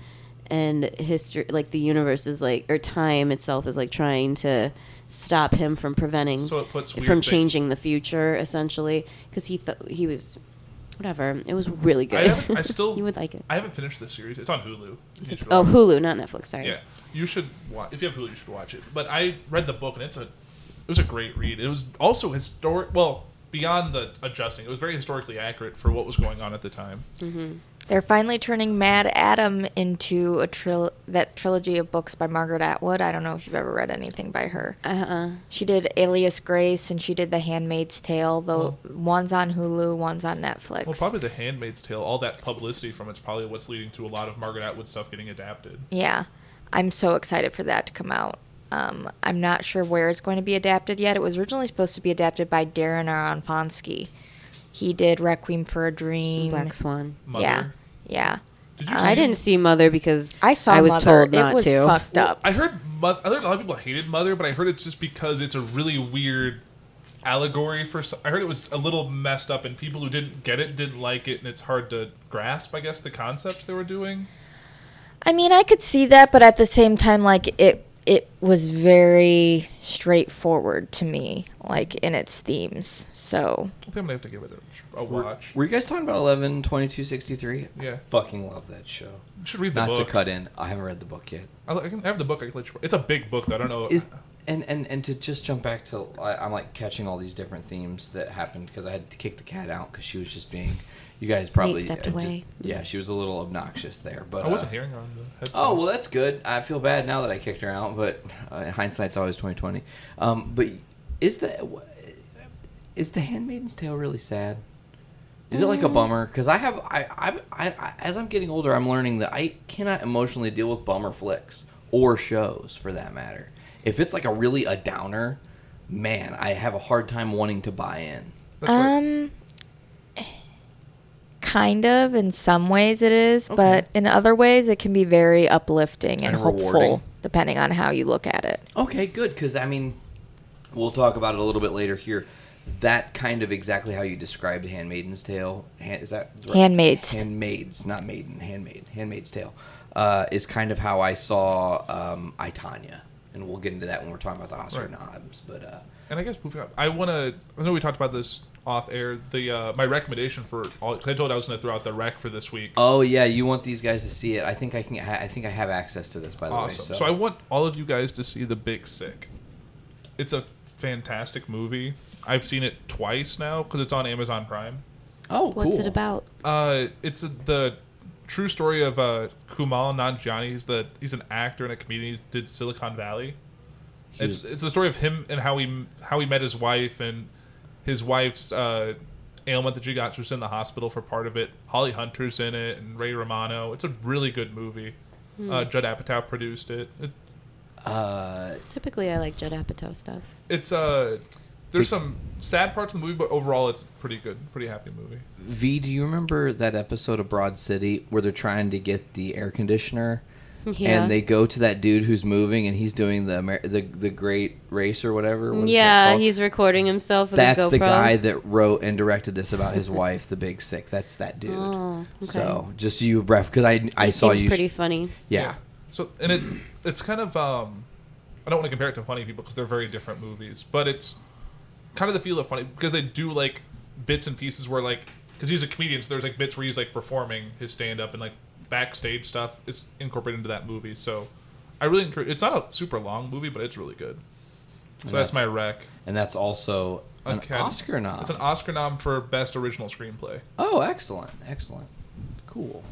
Speaker 9: And history, like the universe is like, or time itself is like trying to stop him from preventing,
Speaker 7: So it puts weird
Speaker 9: from
Speaker 7: things-
Speaker 9: changing the future, essentially, because he thought he was, whatever. It was really
Speaker 7: I,
Speaker 9: good.
Speaker 7: haven't- I still
Speaker 9: you would like it.
Speaker 7: I haven't finished the series. It's on Hulu. You should
Speaker 9: Oh,
Speaker 7: watch it.
Speaker 9: Hulu, not Netflix. Sorry.
Speaker 7: Yeah, you should watch. If you have Hulu, you should watch it. But I read the book, and it's a it was a great read. It was also historic. Well, beyond the adjusting, it was very historically accurate for what was going on at the time.
Speaker 8: They're finally turning Mad Adam into a tril- that trilogy of books by Margaret Atwood. I don't know if you've ever read anything by her.
Speaker 9: Uh-uh.
Speaker 8: She did Alias Grace and she did The Handmaid's Tale. Though one's on Hulu, one's on Netflix.
Speaker 7: Well, probably The Handmaid's Tale. All that publicity from it's probably what's leading to a lot of Margaret Atwood stuff getting adapted.
Speaker 8: Yeah, I'm so excited for that to come out. Um, I'm not sure where it's going to be adapted yet. It was originally supposed to be adapted by Darren Aronofsky. He did Requiem for a Dream,
Speaker 9: Black Swan.
Speaker 8: Yeah,
Speaker 9: Mother.
Speaker 8: yeah.
Speaker 9: I didn't see Mother because
Speaker 8: I saw.
Speaker 9: I was
Speaker 8: Mother.
Speaker 9: told not
Speaker 8: it was
Speaker 9: to.
Speaker 8: Fucked up.
Speaker 7: I heard Mother. I heard a lot of people hated Mother, but I heard it's just because it's a really weird allegory for. s- I heard it was a little messed up, and people who didn't get it didn't like it, and it's hard to grasp. I guess the concepts they were doing.
Speaker 8: I mean, I could see that, but at the same time, like it it was very straightforward to me, like in its themes. So
Speaker 7: I think I'm gonna have to give it a, a
Speaker 12: Were-
Speaker 7: watch.
Speaker 12: Were, you guys talking about 11, 22, 63?
Speaker 7: Yeah.
Speaker 12: Fucking love that show.
Speaker 7: You should read the
Speaker 12: Not
Speaker 7: book.
Speaker 12: to cut in. I haven't read the book yet.
Speaker 7: I, I can have the book. I can let you. It's a big book, though. I don't know.
Speaker 12: Is and, and and to just jump back to I, I'm like catching all these different themes that happened because I had to kick the cat out because she was just being you guys probably
Speaker 9: stepped
Speaker 12: uh, just-
Speaker 9: away.
Speaker 12: yeah she was a little obnoxious there but
Speaker 7: I wasn't
Speaker 12: uh,
Speaker 7: hearing her on the
Speaker 12: Oh
Speaker 7: headphones.
Speaker 12: well, that's good. I feel bad now that I kicked her out, but uh, hindsight's always twenty twenty. Um, but is the wh- is the Handmaid's Tale really sad? Is it like a
Speaker 3: Mm.
Speaker 12: bummer? Because I have I, I I I as I'm getting older, I'm learning that I cannot emotionally deal with bummer flicks or shows for that matter. If it's like a really a downer, man, I have a hard time wanting to buy in.
Speaker 8: um kind of in some ways it is, but in other ways it can be very uplifting and,
Speaker 12: And
Speaker 8: hopeful
Speaker 12: rewarding.
Speaker 8: depending on how you look at it.
Speaker 12: Okay, good. Because I mean, we'll talk about it a little bit later here. That kind of exactly how you described *Handmaiden's Tale*. Hand, is that
Speaker 8: Handmaid's.
Speaker 12: Handmaids, not maiden. Handmaid. *Handmaid's Tale* uh, is kind of how I saw um, *I Tanya*, and we'll get into that when we're talking about the Oscar
Speaker 7: Right.
Speaker 12: knobs. But uh,
Speaker 7: And I guess moving up, I want to. I know we talked about this off air. The uh, my recommendation for all. 'cause I told I was going to throw out the rec for this week.
Speaker 12: oh yeah, you want these guys to see it? I think I can. I think I have access to this by the
Speaker 7: awesome.
Speaker 12: way.
Speaker 7: so. I want all of you guys to see The Big Sick. It's a fantastic movie. I've seen it twice now because it's on Amazon Prime.
Speaker 12: Oh,
Speaker 9: What's
Speaker 12: cool.
Speaker 9: it about?
Speaker 7: Uh, it's the true story of uh, Kumal Nanjiani. He's the he's an actor and a comedian. He did Silicon Valley.
Speaker 12: He
Speaker 7: It's
Speaker 12: was-
Speaker 7: it's the story of him and how he how he met his wife and his wife's uh, ailment that she got. She was in the hospital for part of it. Holly Hunter's in it and Ray Romano. It's a really good movie.
Speaker 9: Hmm.
Speaker 7: Uh, Judd Apatow produced it. it
Speaker 12: uh,
Speaker 9: Typically, I like Judd Apatow stuff.
Speaker 7: it's uh, there's some sad parts of the movie, but overall, it's pretty good. Pretty happy movie.
Speaker 12: V, do you remember that episode of Broad City where they're trying to get the air conditioner?
Speaker 9: Yeah.
Speaker 12: And they go to that dude who's moving, and he's doing the Amer- the the Great Race or whatever. What is that
Speaker 9: Yeah,
Speaker 12: called?
Speaker 9: he's recording himself with
Speaker 12: That's
Speaker 9: a GoPro.
Speaker 12: the guy that wrote and directed this about his wife, the big sick. That's that dude.
Speaker 9: Oh, okay.
Speaker 12: So just you ref because I I
Speaker 9: He
Speaker 12: saw
Speaker 9: seemed
Speaker 12: you.
Speaker 9: pretty funny.
Speaker 12: Yeah.
Speaker 7: So and it's it's kind of um, I don't want to compare it to Funny People because they're very different movies, but it's kind of the feel of Funny because they do like bits and pieces where like because he's a comedian, so there's like bits where he's like performing his stand up and like backstage stuff is incorporated into that movie. So I really encourage. It's not a super long movie, but it's really good. So
Speaker 12: And
Speaker 7: that's, my rec.
Speaker 12: And that's also an
Speaker 7: Okay.
Speaker 12: Oscar nom.
Speaker 7: It's an Oscar nom for best original screenplay.
Speaker 12: Oh, excellent, excellent, cool.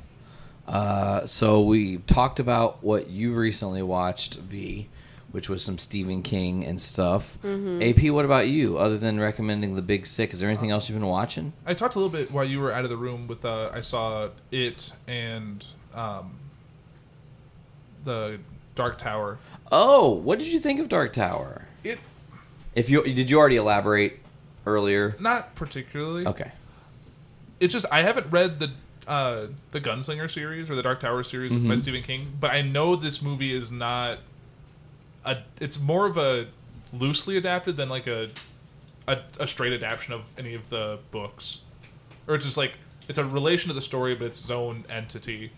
Speaker 12: Uh, so we talked about what you recently watched, V, which was some Stephen King and stuff.
Speaker 7: Mhm.
Speaker 12: AP, what about you? Other than recommending The Big Sick, is there anything else you've been watching?
Speaker 7: I talked a little bit while you were out of the room with uh, I saw it and um, the Dark Tower.
Speaker 12: Oh, what did you think of Dark Tower?
Speaker 7: It-
Speaker 12: If you did, you already elaborate earlier.
Speaker 7: Not particularly.
Speaker 12: Okay.
Speaker 7: It's just I haven't read the uh, the Gunslinger series or the Dark Tower series by
Speaker 12: Mhm.
Speaker 7: Stephen King, but I know this movie is not a. It's more of a loosely adapted than like a a, a straight adaptation of any of the books, or it's just like it's a relation to the story, but it's its own entity.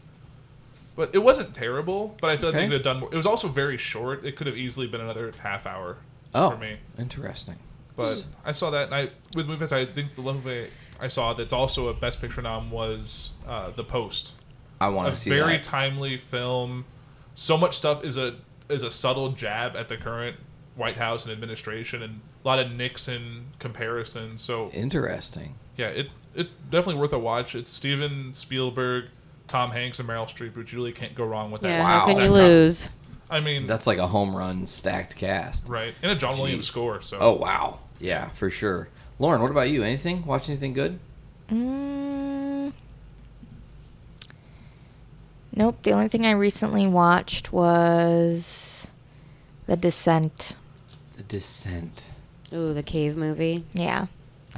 Speaker 7: But it wasn't terrible. But I feel like
Speaker 12: Okay.
Speaker 7: they could have done more. It was also very short. It could have easily been another half hour
Speaker 12: Oh,
Speaker 7: for me.
Speaker 12: interesting.
Speaker 7: But I saw that, and I with movies I think the movie I saw that's also a Best Picture nom was uh, The Post.
Speaker 12: I wanna
Speaker 7: A
Speaker 12: see
Speaker 7: very
Speaker 12: that.
Speaker 7: timely film. So much stuff is a is a subtle jab at the current White House and administration, and a lot of Nixon comparisons. So
Speaker 12: Interesting.
Speaker 7: yeah, it it's definitely worth a watch. It's Steven Spielberg, Tom Hanks, and Meryl Streep, which really can't go wrong with that.
Speaker 9: Yeah, how can
Speaker 7: that
Speaker 9: you
Speaker 7: nom.
Speaker 9: lose?
Speaker 7: I mean,
Speaker 12: That's like a home run stacked cast.
Speaker 7: Right. And a John Williams
Speaker 12: Jeez.
Speaker 7: score, so-
Speaker 12: Oh wow. Yeah, for sure. Lauren, what about you? Anything? Watch anything good?
Speaker 8: Mm. Nope. The only thing I recently watched was The Descent.
Speaker 12: The Descent.
Speaker 9: Ooh, the cave movie.
Speaker 8: Yeah.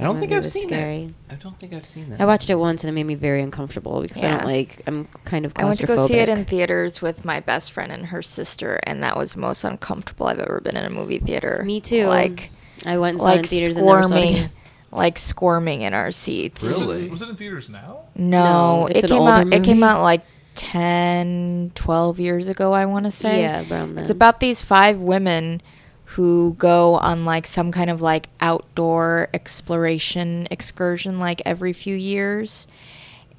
Speaker 12: I don't
Speaker 9: That
Speaker 12: think
Speaker 9: movie
Speaker 12: I've
Speaker 9: was
Speaker 12: seen
Speaker 9: scary.
Speaker 12: it. I don't think I've seen that.
Speaker 9: I watched it once and it made me very uncomfortable because I
Speaker 8: Yeah.
Speaker 9: don't like. I'm kind of claustrophobic.
Speaker 8: I went to go see it in theaters with my best friend and her sister, and that was the most uncomfortable I've ever been in a movie theater. Me
Speaker 9: too.
Speaker 8: Like
Speaker 9: I went and saw it
Speaker 8: like
Speaker 9: in theaters and never saw it
Speaker 8: squirming,
Speaker 9: again.
Speaker 8: like squirming in our seats.
Speaker 12: Really?
Speaker 7: Was it in theaters now?
Speaker 8: No,
Speaker 9: No, it's
Speaker 8: it
Speaker 9: an
Speaker 8: came
Speaker 9: older
Speaker 8: out. It came
Speaker 9: movie.
Speaker 8: out like 10, 12 years ago. I want to say.
Speaker 9: Yeah, around
Speaker 8: It's
Speaker 9: then.
Speaker 8: about these five women who go on like some kind of like outdoor exploration excursion like every few years,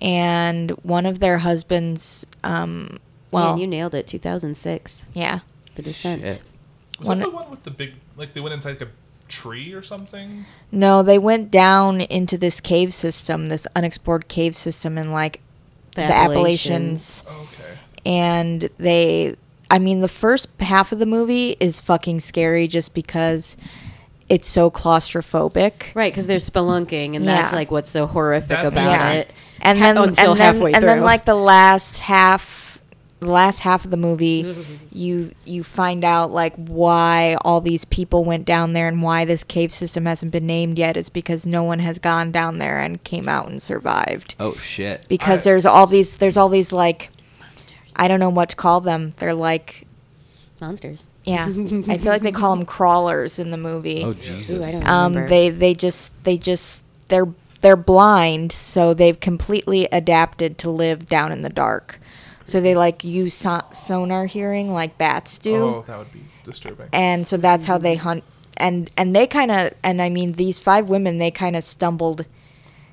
Speaker 8: and one of their husbands. Um, well,
Speaker 9: Man, you nailed it. 2006.
Speaker 8: yeah.
Speaker 9: The Descent.
Speaker 7: Was
Speaker 8: One-
Speaker 7: that the one with the big, like they went inside like a tree or something?
Speaker 8: No, they went down into this cave system, this unexplored cave system in like
Speaker 9: The
Speaker 8: the,
Speaker 9: Appalachians.
Speaker 8: Appalachians.
Speaker 7: Oh,
Speaker 8: And they, I mean, the first half of the movie is fucking scary just because it's so claustrophobic.
Speaker 9: Right, because they're spelunking, and that's
Speaker 8: Yeah.
Speaker 9: like what's so horrific
Speaker 8: That
Speaker 9: about
Speaker 8: makes
Speaker 9: it.
Speaker 8: oh, And
Speaker 9: Ha-
Speaker 8: then,
Speaker 9: until
Speaker 8: and then,
Speaker 9: halfway
Speaker 8: and then
Speaker 9: through.
Speaker 8: like the last half, the last half of the movie, you you find out like why all these people went down there and why this cave system hasn't been named yet is because no one has gone down there and came out and survived.
Speaker 12: Oh shit!
Speaker 8: because there's all these there's all these like I don't know what to call them. They're like
Speaker 9: monsters.
Speaker 8: Yeah, I feel like they call them crawlers in the movie.
Speaker 12: Oh, Jesus.
Speaker 9: Ooh, I don't
Speaker 8: um,
Speaker 9: remember.
Speaker 8: they they just they just they're they're blind, so they've completely adapted to live down in the dark. So they like use so- sonar hearing like bats do
Speaker 7: Oh, that would be disturbing.
Speaker 8: and so that's how they hunt and and they kind of and i mean these five women they kind of stumbled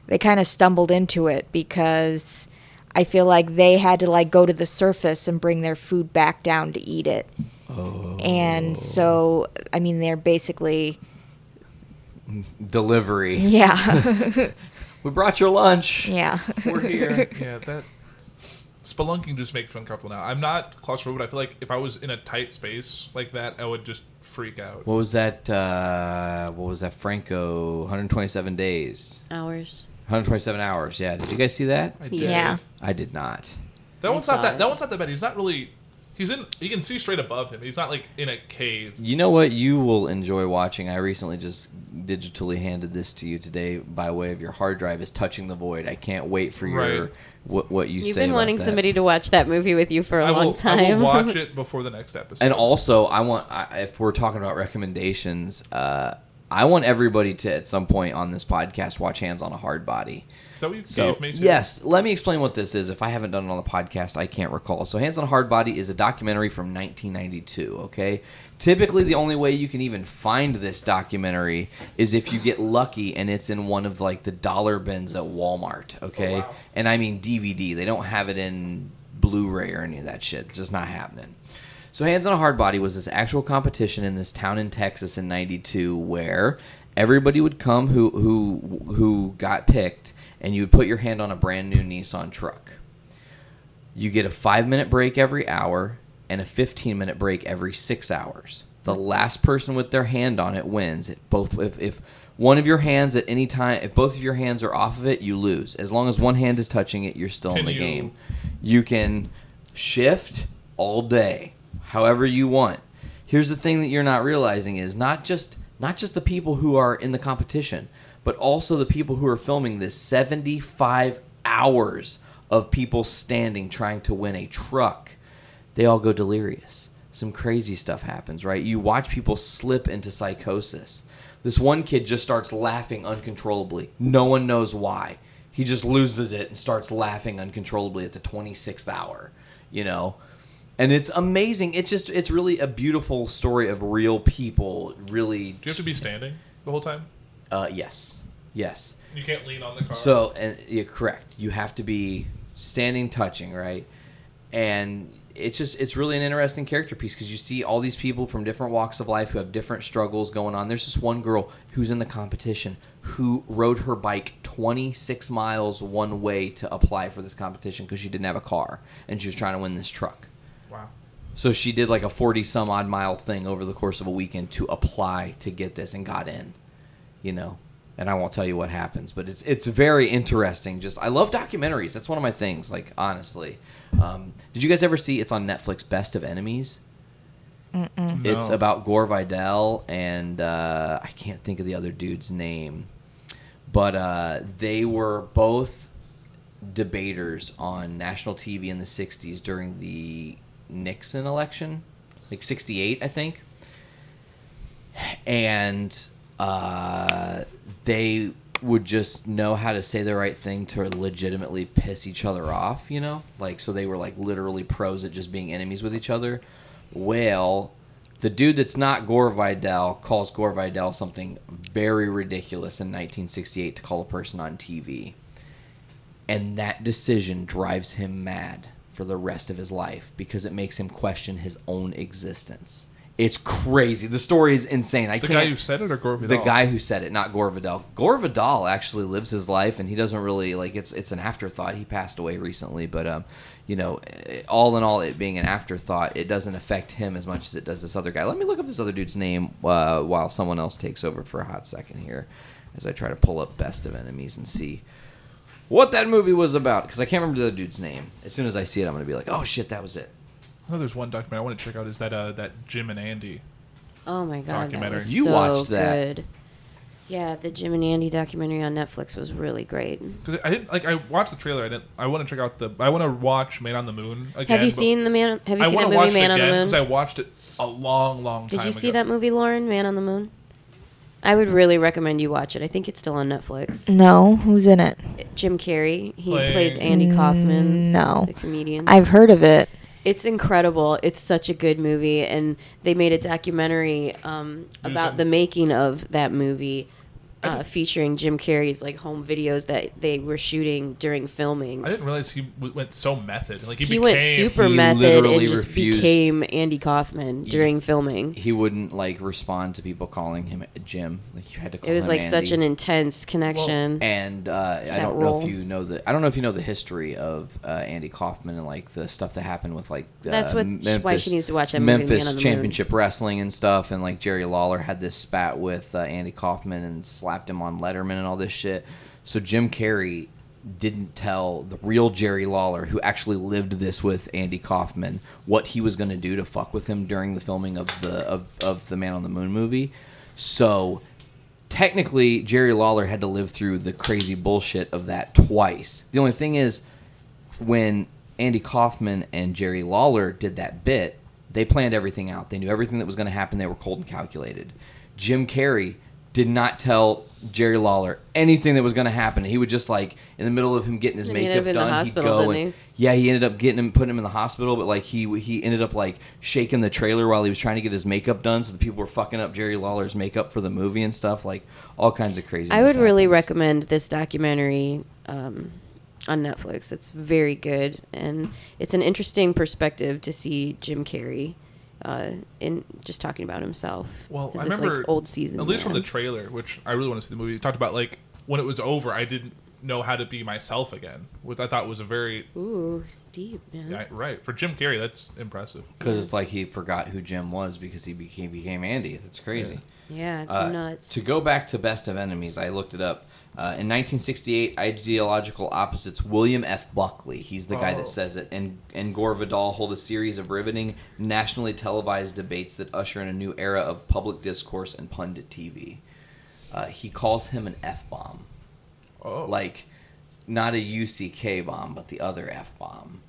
Speaker 8: they kind of stumbled into it because i feel like they had to like go to the surface and bring their food back down to eat it and so i mean they're basically
Speaker 12: Delivery.
Speaker 9: Mm-hmm.
Speaker 8: yeah
Speaker 12: we brought your lunch.
Speaker 8: yeah
Speaker 12: We're here.
Speaker 7: yeah, that spelunking just makes me uncomfortable now. I'm not claustrophobic. I feel like if I was in a tight space like that, I would just freak out.
Speaker 12: What was that? Uh, what was that? Franco, 127 days,
Speaker 9: Hours.
Speaker 12: 127 hours. Yeah. Did you guys see that?
Speaker 7: I did. Yeah.
Speaker 12: I did not.
Speaker 7: That
Speaker 9: I
Speaker 7: one's
Speaker 9: saw
Speaker 7: not that.
Speaker 9: it.
Speaker 7: That one's not that bad. He's not really. He's in. You can see straight above him. He's not like in a cave.
Speaker 12: You know what you will enjoy watching? I recently just digitally handed this to you today by way of your hard drive is Touching the Void. I can't wait for your
Speaker 7: Right.
Speaker 12: what what you
Speaker 9: You've
Speaker 12: say
Speaker 9: been
Speaker 12: about
Speaker 9: wanting
Speaker 12: that.
Speaker 9: somebody to watch that movie with you for a
Speaker 7: I
Speaker 9: long
Speaker 7: will,
Speaker 9: time.
Speaker 7: I will watch it before the next episode.
Speaker 12: And also, I want I, if we're talking about recommendations, uh, I want everybody to at some point on this podcast watch Hands on a Hard Body.
Speaker 7: Is that what you
Speaker 12: So,
Speaker 7: gave me? Too?
Speaker 12: yes, let me explain what this is. If I haven't done it on the podcast, I can't recall. So, Hands on a Hard Body is a documentary from 1992. Okay, typically the only way you can even find this documentary is if you get lucky and it's in one of like the dollar bins at Walmart.
Speaker 7: Oh,
Speaker 12: Okay, and I mean DVD. They don't have it in Blu-ray or any of that shit. It's just not happening. So, Hands on a Hard Body was this actual competition in this town in Texas in '92 where everybody would come who who who got picked, and you would put your hand on a brand new Nissan truck. You get a five minute break every hour and a 15 minute break every six hours. The last person with their hand on it wins. It both if, if one of your hands at any time, if both of your hands are off of it, you lose. As long as one hand is touching it, you're still in
Speaker 7: Can
Speaker 12: the
Speaker 7: you-
Speaker 12: game. You can shift all day, however you want. Here's the thing that you're not realizing is not just not just the people who are in the competition, but also the people who are filming this 75 hours of people standing trying to win a truck. They all go delirious. Some crazy stuff happens, right? You watch people slip into psychosis. This one kid just starts laughing uncontrollably. No one knows why. He just loses it and starts laughing uncontrollably at the 26th hour, you know? And it's amazing. It's just, it's really a beautiful story of real people, really.
Speaker 7: Do you have to be standing the whole time?
Speaker 12: Uh, yes. Yes.
Speaker 7: You can't lean on the car.
Speaker 12: So, and you're correct. You have to be standing, touching, right? And it's just it's really an interesting character piece because you see all these people from different walks of life who have different struggles going on. There's this one girl who's in the competition who rode her bike 26 miles one way to apply for this competition because she didn't have a car and she was trying to win this truck.
Speaker 7: wow.
Speaker 12: So she did like a 40 some odd mile thing over the course of a weekend to apply to get this and got in, you know. And I won't tell you what happens, but it's it's very interesting. Just I love documentaries. That's one of my things. Like honestly, um, did you guys ever see? It's on Netflix. Best of Enemies.
Speaker 8: Mm-mm.
Speaker 12: It's
Speaker 7: No.
Speaker 12: about Gore Vidal and uh, I can't think of the other dude's name, But uh, they were both debaters on national TV in the 60s during the Nixon election, like 68, I think. And uh, they would just know how to say the right thing to legitimately piss each other off, you know? Like, so they were like literally pros at just being enemies with each other. Well, the dude that's not Gore Vidal calls Gore Vidal something very ridiculous in 1968 to call a person on TV and that decision drives him mad for the rest of his life because it makes him question his own existence. It's crazy. The story is insane. I
Speaker 7: The
Speaker 12: can't,
Speaker 7: guy who said it or Gore
Speaker 12: The
Speaker 7: Vidal?
Speaker 12: guy who said it, not Gore Vidal. Gore Vidal actually lives his life, and he doesn't really like it's. It's an afterthought. He passed away recently, but um, you know, it- all in all, it being an afterthought, it doesn't affect him as much as it does this other guy. Let me look up this other dude's name uh, while someone else takes over for a hot second here, as I try to pull up Best of Enemies and see what that movie was about because I can't remember the other dude's name. As soon as I see it, I'm gonna be like, oh shit, that was it.
Speaker 7: I know there's one documentary I want to check out. Is that uh that Jim and Andy?
Speaker 9: Oh my god, that
Speaker 7: Documentary.
Speaker 9: was
Speaker 12: You
Speaker 9: so
Speaker 12: watched that.
Speaker 9: Good. Yeah, the Jim and Andy documentary on Netflix was really great.
Speaker 7: Because I didn't like I watched the trailer. I didn't. I want to check out the. I want to watch Man on the Moon again.
Speaker 9: have you
Speaker 7: but
Speaker 9: seen the man? Have you
Speaker 7: I
Speaker 9: seen that
Speaker 7: wanna
Speaker 9: movie,
Speaker 7: watch it
Speaker 9: Man on the
Speaker 7: again
Speaker 9: Moon?
Speaker 7: 'cause I watched it a long, long time.
Speaker 9: Did you see
Speaker 7: ago.
Speaker 9: that movie, Lauren? Man on the Moon. I would really recommend you watch it. I think it's still on Netflix.
Speaker 8: No, who's in it?
Speaker 9: Jim Carrey. He
Speaker 8: Play-
Speaker 9: plays Andy Kaufman.
Speaker 8: Mm, no.
Speaker 9: the comedian.
Speaker 8: I've heard of it.
Speaker 9: It's incredible. It's such a good movie, and they made a documentary um, about the making of that movie, uh, featuring Jim Carrey's like home videos that they were shooting during filming.
Speaker 7: I didn't realize he w- went so method. Like he,
Speaker 9: He
Speaker 7: became,
Speaker 9: went super method and
Speaker 12: literally
Speaker 9: just
Speaker 12: refused-
Speaker 9: became Andy Kaufman during filming.
Speaker 12: He wouldn't like respond to people calling him Jim. Like you had to. Call
Speaker 9: It was
Speaker 12: him
Speaker 9: like such an
Speaker 12: Andy.
Speaker 9: intense connection.
Speaker 12: and uh,
Speaker 9: to
Speaker 12: I
Speaker 9: that
Speaker 12: don't know
Speaker 9: role.
Speaker 12: if you know the I don't know if you know the history of uh, Andy Kaufman and like the stuff that happened with like uh,
Speaker 9: That's what- why she needs to watch that movie,
Speaker 12: Memphis
Speaker 9: Man on the Moon.
Speaker 12: Championship Wrestling and stuff and like Jerry Lawler had this spat with uh, Andy Kaufman and slapped him on Letterman and all this shit. So Jim Carrey didn't tell the real Jerry Lawler who actually lived this with Andy Kaufman what he was going to do to fuck with him during the filming of the of, of the Man on the Moon movie. So technically Jerry Lawler had to live through the crazy bullshit of that twice. The only thing is when Andy Kaufman and Jerry Lawler did that bit, they planned everything out. They knew everything that was going to happen. They were cold and calculated. Jim Carrey did not tell Jerry Lawler anything that was going to happen. He would just like in the middle of him getting his
Speaker 9: And he ended
Speaker 12: makeup
Speaker 9: up in the
Speaker 12: done,
Speaker 9: hospital,
Speaker 12: he'd go
Speaker 9: didn't
Speaker 12: and yeah, he ended up getting him putting him in the hospital, but like he he ended up like shaking the trailer while he was trying to get his makeup done, so the people were fucking up Jerry Lawler's makeup for the movie and stuff, like all kinds of crazy.
Speaker 9: I would really recommend this documentary um, on Netflix. It's very good, and it's an interesting perspective to see Jim Carrey uh, in just talking about himself.
Speaker 7: Well,
Speaker 9: As
Speaker 7: I
Speaker 9: this,
Speaker 7: remember
Speaker 9: like, old season,
Speaker 7: At least from
Speaker 9: man.
Speaker 7: the trailer, which I really want to see the movie. It talked about like when it was over, I didn't know how to be myself again, which I thought was a very
Speaker 9: Ooh, deep man.
Speaker 7: Yeah, right for Jim Carrey. That's impressive.
Speaker 12: because it's like he forgot who Jim was because he became became Andy. That's crazy.
Speaker 9: Yeah, it's
Speaker 12: Uh,
Speaker 9: nuts.
Speaker 12: To go back to Best of Enemies, I looked it up. Uh, in 1968, ideological opposites William F. Buckley, he's the guy
Speaker 13: Oh.
Speaker 12: that says it, and, and Gore Vidal hold a series of riveting, nationally televised debates that usher in a new era of public discourse and pundit TV. Uh, he calls him an F bomb.
Speaker 7: Oh.
Speaker 12: Like, not a UCK bomb, but the other F bomb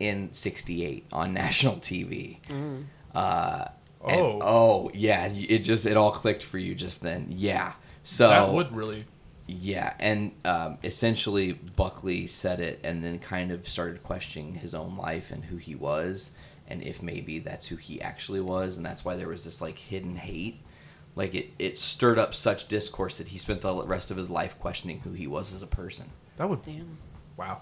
Speaker 12: in 68 on national TV.
Speaker 13: Mm.
Speaker 12: Uh, and-
Speaker 7: Oh.
Speaker 12: oh, yeah. y- It just, it all clicked for you just then. Yeah. So
Speaker 7: That would really-
Speaker 12: Yeah. And um, essentially, Buckley said it and then kind of started questioning his own life and who he was and if maybe that's who he actually was. And that's why there was this like hidden hate. Like it, it stirred up such discourse that he spent the rest of his life questioning who he was as a person.
Speaker 7: That would. Wow.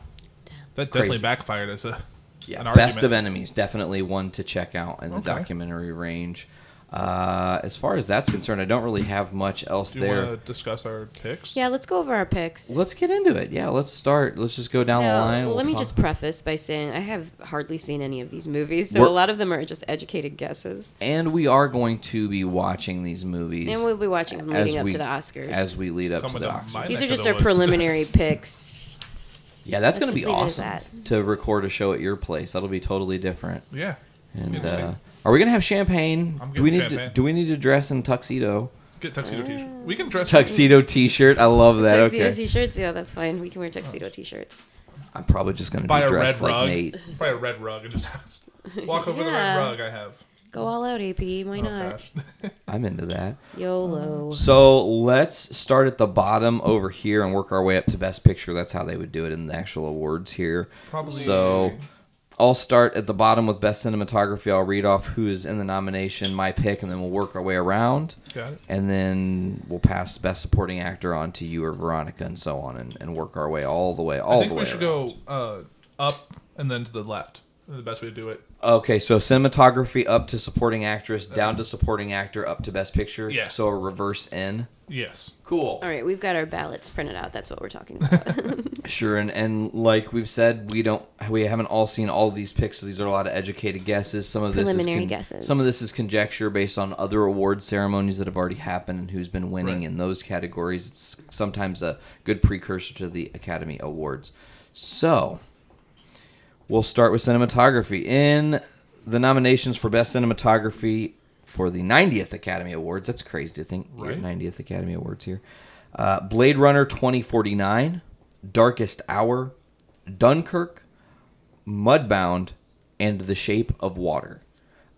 Speaker 7: That definitely
Speaker 12: Crazy.
Speaker 7: backfired as a.
Speaker 12: Yeah,
Speaker 7: an
Speaker 12: Best
Speaker 7: argument.
Speaker 12: of Enemies, definitely one to check out in the
Speaker 7: Okay.
Speaker 12: documentary range. Uh, as far as that's concerned, I don't really have much else
Speaker 7: Do you
Speaker 12: there.
Speaker 7: want to discuss our picks?
Speaker 9: Yeah, let's go over our picks.
Speaker 12: Let's get into it. Yeah, let's start. Let's just go down the
Speaker 9: Now,
Speaker 12: line.
Speaker 9: let
Speaker 12: We'll
Speaker 9: me
Speaker 12: talk-
Speaker 9: just preface by saying I have hardly seen any of these movies, so
Speaker 12: We're-
Speaker 9: a lot of them are just educated guesses.
Speaker 12: And we are going to be watching these movies.
Speaker 9: And we'll be watching them
Speaker 12: as
Speaker 9: leading up
Speaker 12: we-
Speaker 9: to the Oscars.
Speaker 12: As we lead up
Speaker 7: Coming
Speaker 12: to the
Speaker 7: to my
Speaker 12: Oscars.
Speaker 9: These
Speaker 7: neck
Speaker 9: are
Speaker 7: of
Speaker 9: just
Speaker 7: the
Speaker 9: our
Speaker 7: woods.
Speaker 9: preliminary picks.
Speaker 12: Yeah, that's going
Speaker 9: Let's
Speaker 12: to be
Speaker 9: just leave it at
Speaker 12: awesome
Speaker 9: that.
Speaker 12: to record a show at your place. That'll be totally different.
Speaker 7: Yeah.
Speaker 12: And
Speaker 7: Interesting.
Speaker 12: uh, are we going to have champagne?
Speaker 7: I'm
Speaker 12: do we
Speaker 7: getting
Speaker 12: need
Speaker 7: champagne.
Speaker 12: To, do we need to dress in tuxedo?
Speaker 7: Get tuxedo t-shirt. We can dress
Speaker 12: tuxedo T-shirt. I love that.
Speaker 9: tuxedo
Speaker 12: Okay,
Speaker 9: t-shirts. Yeah, that's fine. We can wear tuxedo t-shirts.
Speaker 12: I'm probably just gonna
Speaker 7: Buy
Speaker 12: be
Speaker 7: a
Speaker 12: dressed
Speaker 7: red
Speaker 12: like
Speaker 7: rug.
Speaker 12: Nate.
Speaker 7: Buy a red rug and just walk over the
Speaker 9: Yeah.
Speaker 7: red rug I have. Oh,
Speaker 9: Go all out, AP. Why not?
Speaker 12: I'm into that.
Speaker 9: YOLO.
Speaker 12: So let's start at the bottom over here and work our way up to Best Picture. That's how they would do it in the actual awards here.
Speaker 7: Probably-
Speaker 12: So I'll start at the bottom with Best Cinematography. I'll read off who is in the nomination, my pick, and then we'll work our way around.
Speaker 7: Got it.
Speaker 12: And then we'll pass Best Supporting Actor on to you or Veronica and so on and, and work our way all the way, all
Speaker 7: I think
Speaker 12: the
Speaker 7: we
Speaker 12: way.
Speaker 7: should
Speaker 12: around.
Speaker 7: go uh, up and then to the left. The best way to do it.
Speaker 12: Okay, so cinematography up to supporting actress, down to supporting actor, up to Best Picture.
Speaker 7: Uh, Yeah.
Speaker 12: So a reverse N.
Speaker 7: Yes.
Speaker 12: Cool.
Speaker 9: All right, we've got our ballots printed out. That's what we're talking about.
Speaker 12: Sure, and, and like we've said, we don't we haven't all seen all of these picks, so these are a lot of educated guesses. Some of this
Speaker 9: Preliminary
Speaker 12: is
Speaker 9: guesses.
Speaker 12: Some of this is conjecture based on other award ceremonies that have already happened and who's been winning
Speaker 9: Right.
Speaker 12: in those categories. It's sometimes a good precursor to the Academy Awards. So we'll start with cinematography. In the nominations for best cinematography for the 90th Academy Awards, that's crazy to think you're at
Speaker 7: Right.
Speaker 12: 90th Academy Awards here. Uh, Blade Runner 2049, Darkest Hour, Dunkirk, Mudbound, and The Shape of Water.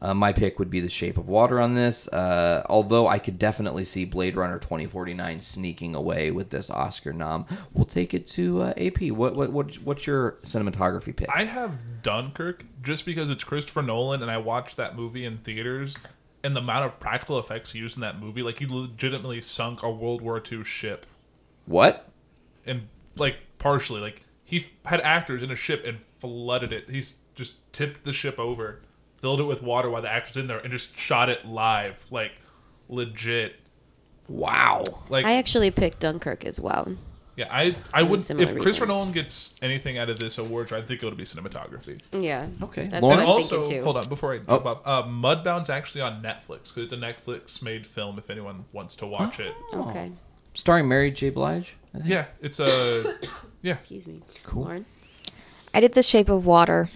Speaker 12: Uh, my pick would be The Shape of Water on this, uh, although I could definitely see Blade Runner 2049 sneaking away with this Oscar nom. We'll take it to uh, AP. What, what what what's your cinematography pick?
Speaker 7: I have Dunkirk just because it's Christopher Nolan and I watched that movie in theaters and the amount of practical effects used in that movie, like he legitimately sunk a World War II ship
Speaker 12: What?
Speaker 7: and like partially, like he f- had actors in a ship and flooded it. He's just tipped the ship over, filled it with water while the actors in there and just shot it live, like legit.
Speaker 12: Wow.
Speaker 7: Like
Speaker 9: I actually picked Dunkirk as well.
Speaker 7: yeah, I I would if
Speaker 9: Similar
Speaker 7: Christopher
Speaker 9: reasons.
Speaker 7: Nolan gets anything out of this award, I think it would be cinematography.
Speaker 9: Yeah.
Speaker 12: Okay.
Speaker 9: That's
Speaker 12: Lauren?
Speaker 9: what I'm
Speaker 7: also,
Speaker 9: thinking too.
Speaker 7: hold on before I
Speaker 9: Oh.
Speaker 7: jump off. Uh, Mudbound's actually on Netflix because it's a Netflix-made film. If anyone wants to watch it,
Speaker 9: Okay.
Speaker 12: Starring Mary J. Blige. I think.
Speaker 7: yeah, it's uh, a yeah.
Speaker 9: Excuse me.
Speaker 12: Cool.
Speaker 9: Lauren?
Speaker 8: I did The Shape of Water.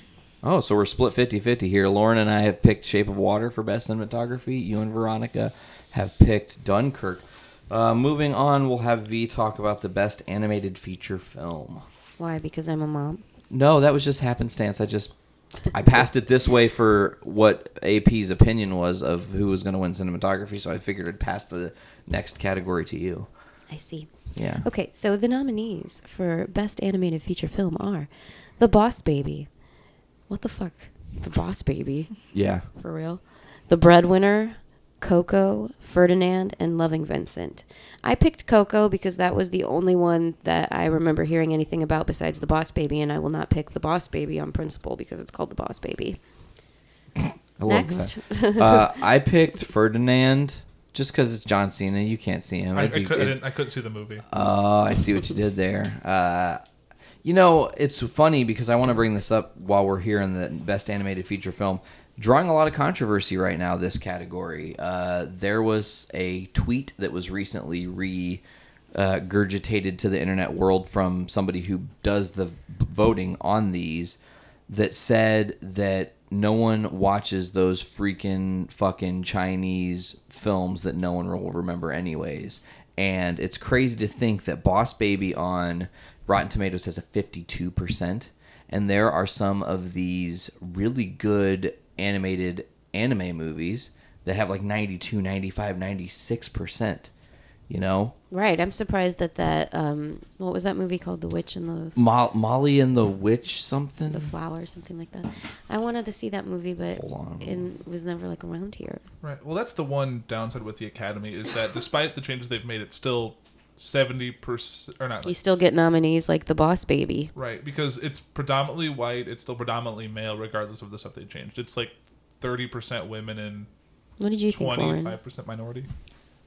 Speaker 12: Oh, so we're split 50-50 here. Lauren and I have picked Shape of Water for best cinematography. You and Veronica have picked Dunkirk. Uh, moving on, we'll have V talk about the best animated feature film.
Speaker 9: Why? Because I'm a mom.
Speaker 12: No, that was just happenstance. I just I passed it this way for what AP's opinion was of who was going to win cinematography, so I figured I'd pass the next category to you.
Speaker 9: I see.
Speaker 12: Yeah.
Speaker 9: Okay, so the nominees for Best Animated Feature Film are The Boss Baby. What the fuck? The Boss Baby.
Speaker 12: Yeah.
Speaker 9: For real? The Breadwinner, Coco, Ferdinand, and Loving Vincent. I picked Coco because that was the only one that I remember hearing anything about besides The Boss Baby, and I will not pick The Boss Baby on principle because it's called The Boss Baby.
Speaker 12: I love
Speaker 9: Next.
Speaker 12: that. uh, I picked Ferdinand just because it's John Cena. You can't see him.
Speaker 7: I, I,
Speaker 12: It'd be-
Speaker 7: could, I,
Speaker 12: it-
Speaker 7: didn't, I couldn't see the movie.
Speaker 12: Oh, I see what you did there. Uh, you know, it's funny because I want to bring this up while we're here in the best animated feature film. Drawing a lot of controversy right now, this category. Uh, there was a tweet that was recently re. Uh, gurgitated to the internet world from somebody who does the v- voting on these that said that no one watches those freaking fucking Chinese films that no one will remember anyways. And it's crazy to think that Boss Baby on Rotten Tomatoes has a 52%. And there are some of these really good animated anime movies that have like 92, 95, 96%. You know?
Speaker 9: Right, I'm surprised that that, um, what was that movie called? The Witch and the
Speaker 12: Mo- Molly and the Witch something?
Speaker 9: the flower or something like that. I wanted to see that movie, but it was never like around here.
Speaker 7: Right. Well, that's the one downside with the Academy is that despite the changes they've made, it's still seventy percent or not.
Speaker 9: You
Speaker 7: like,
Speaker 9: still get nominees like The Boss Baby.
Speaker 7: right because it's predominantly white. It's still predominantly male, regardless of the stuff they changed. It's like thirty percent women and
Speaker 9: What did you think, Lauren?
Speaker 7: twenty-five percent minority.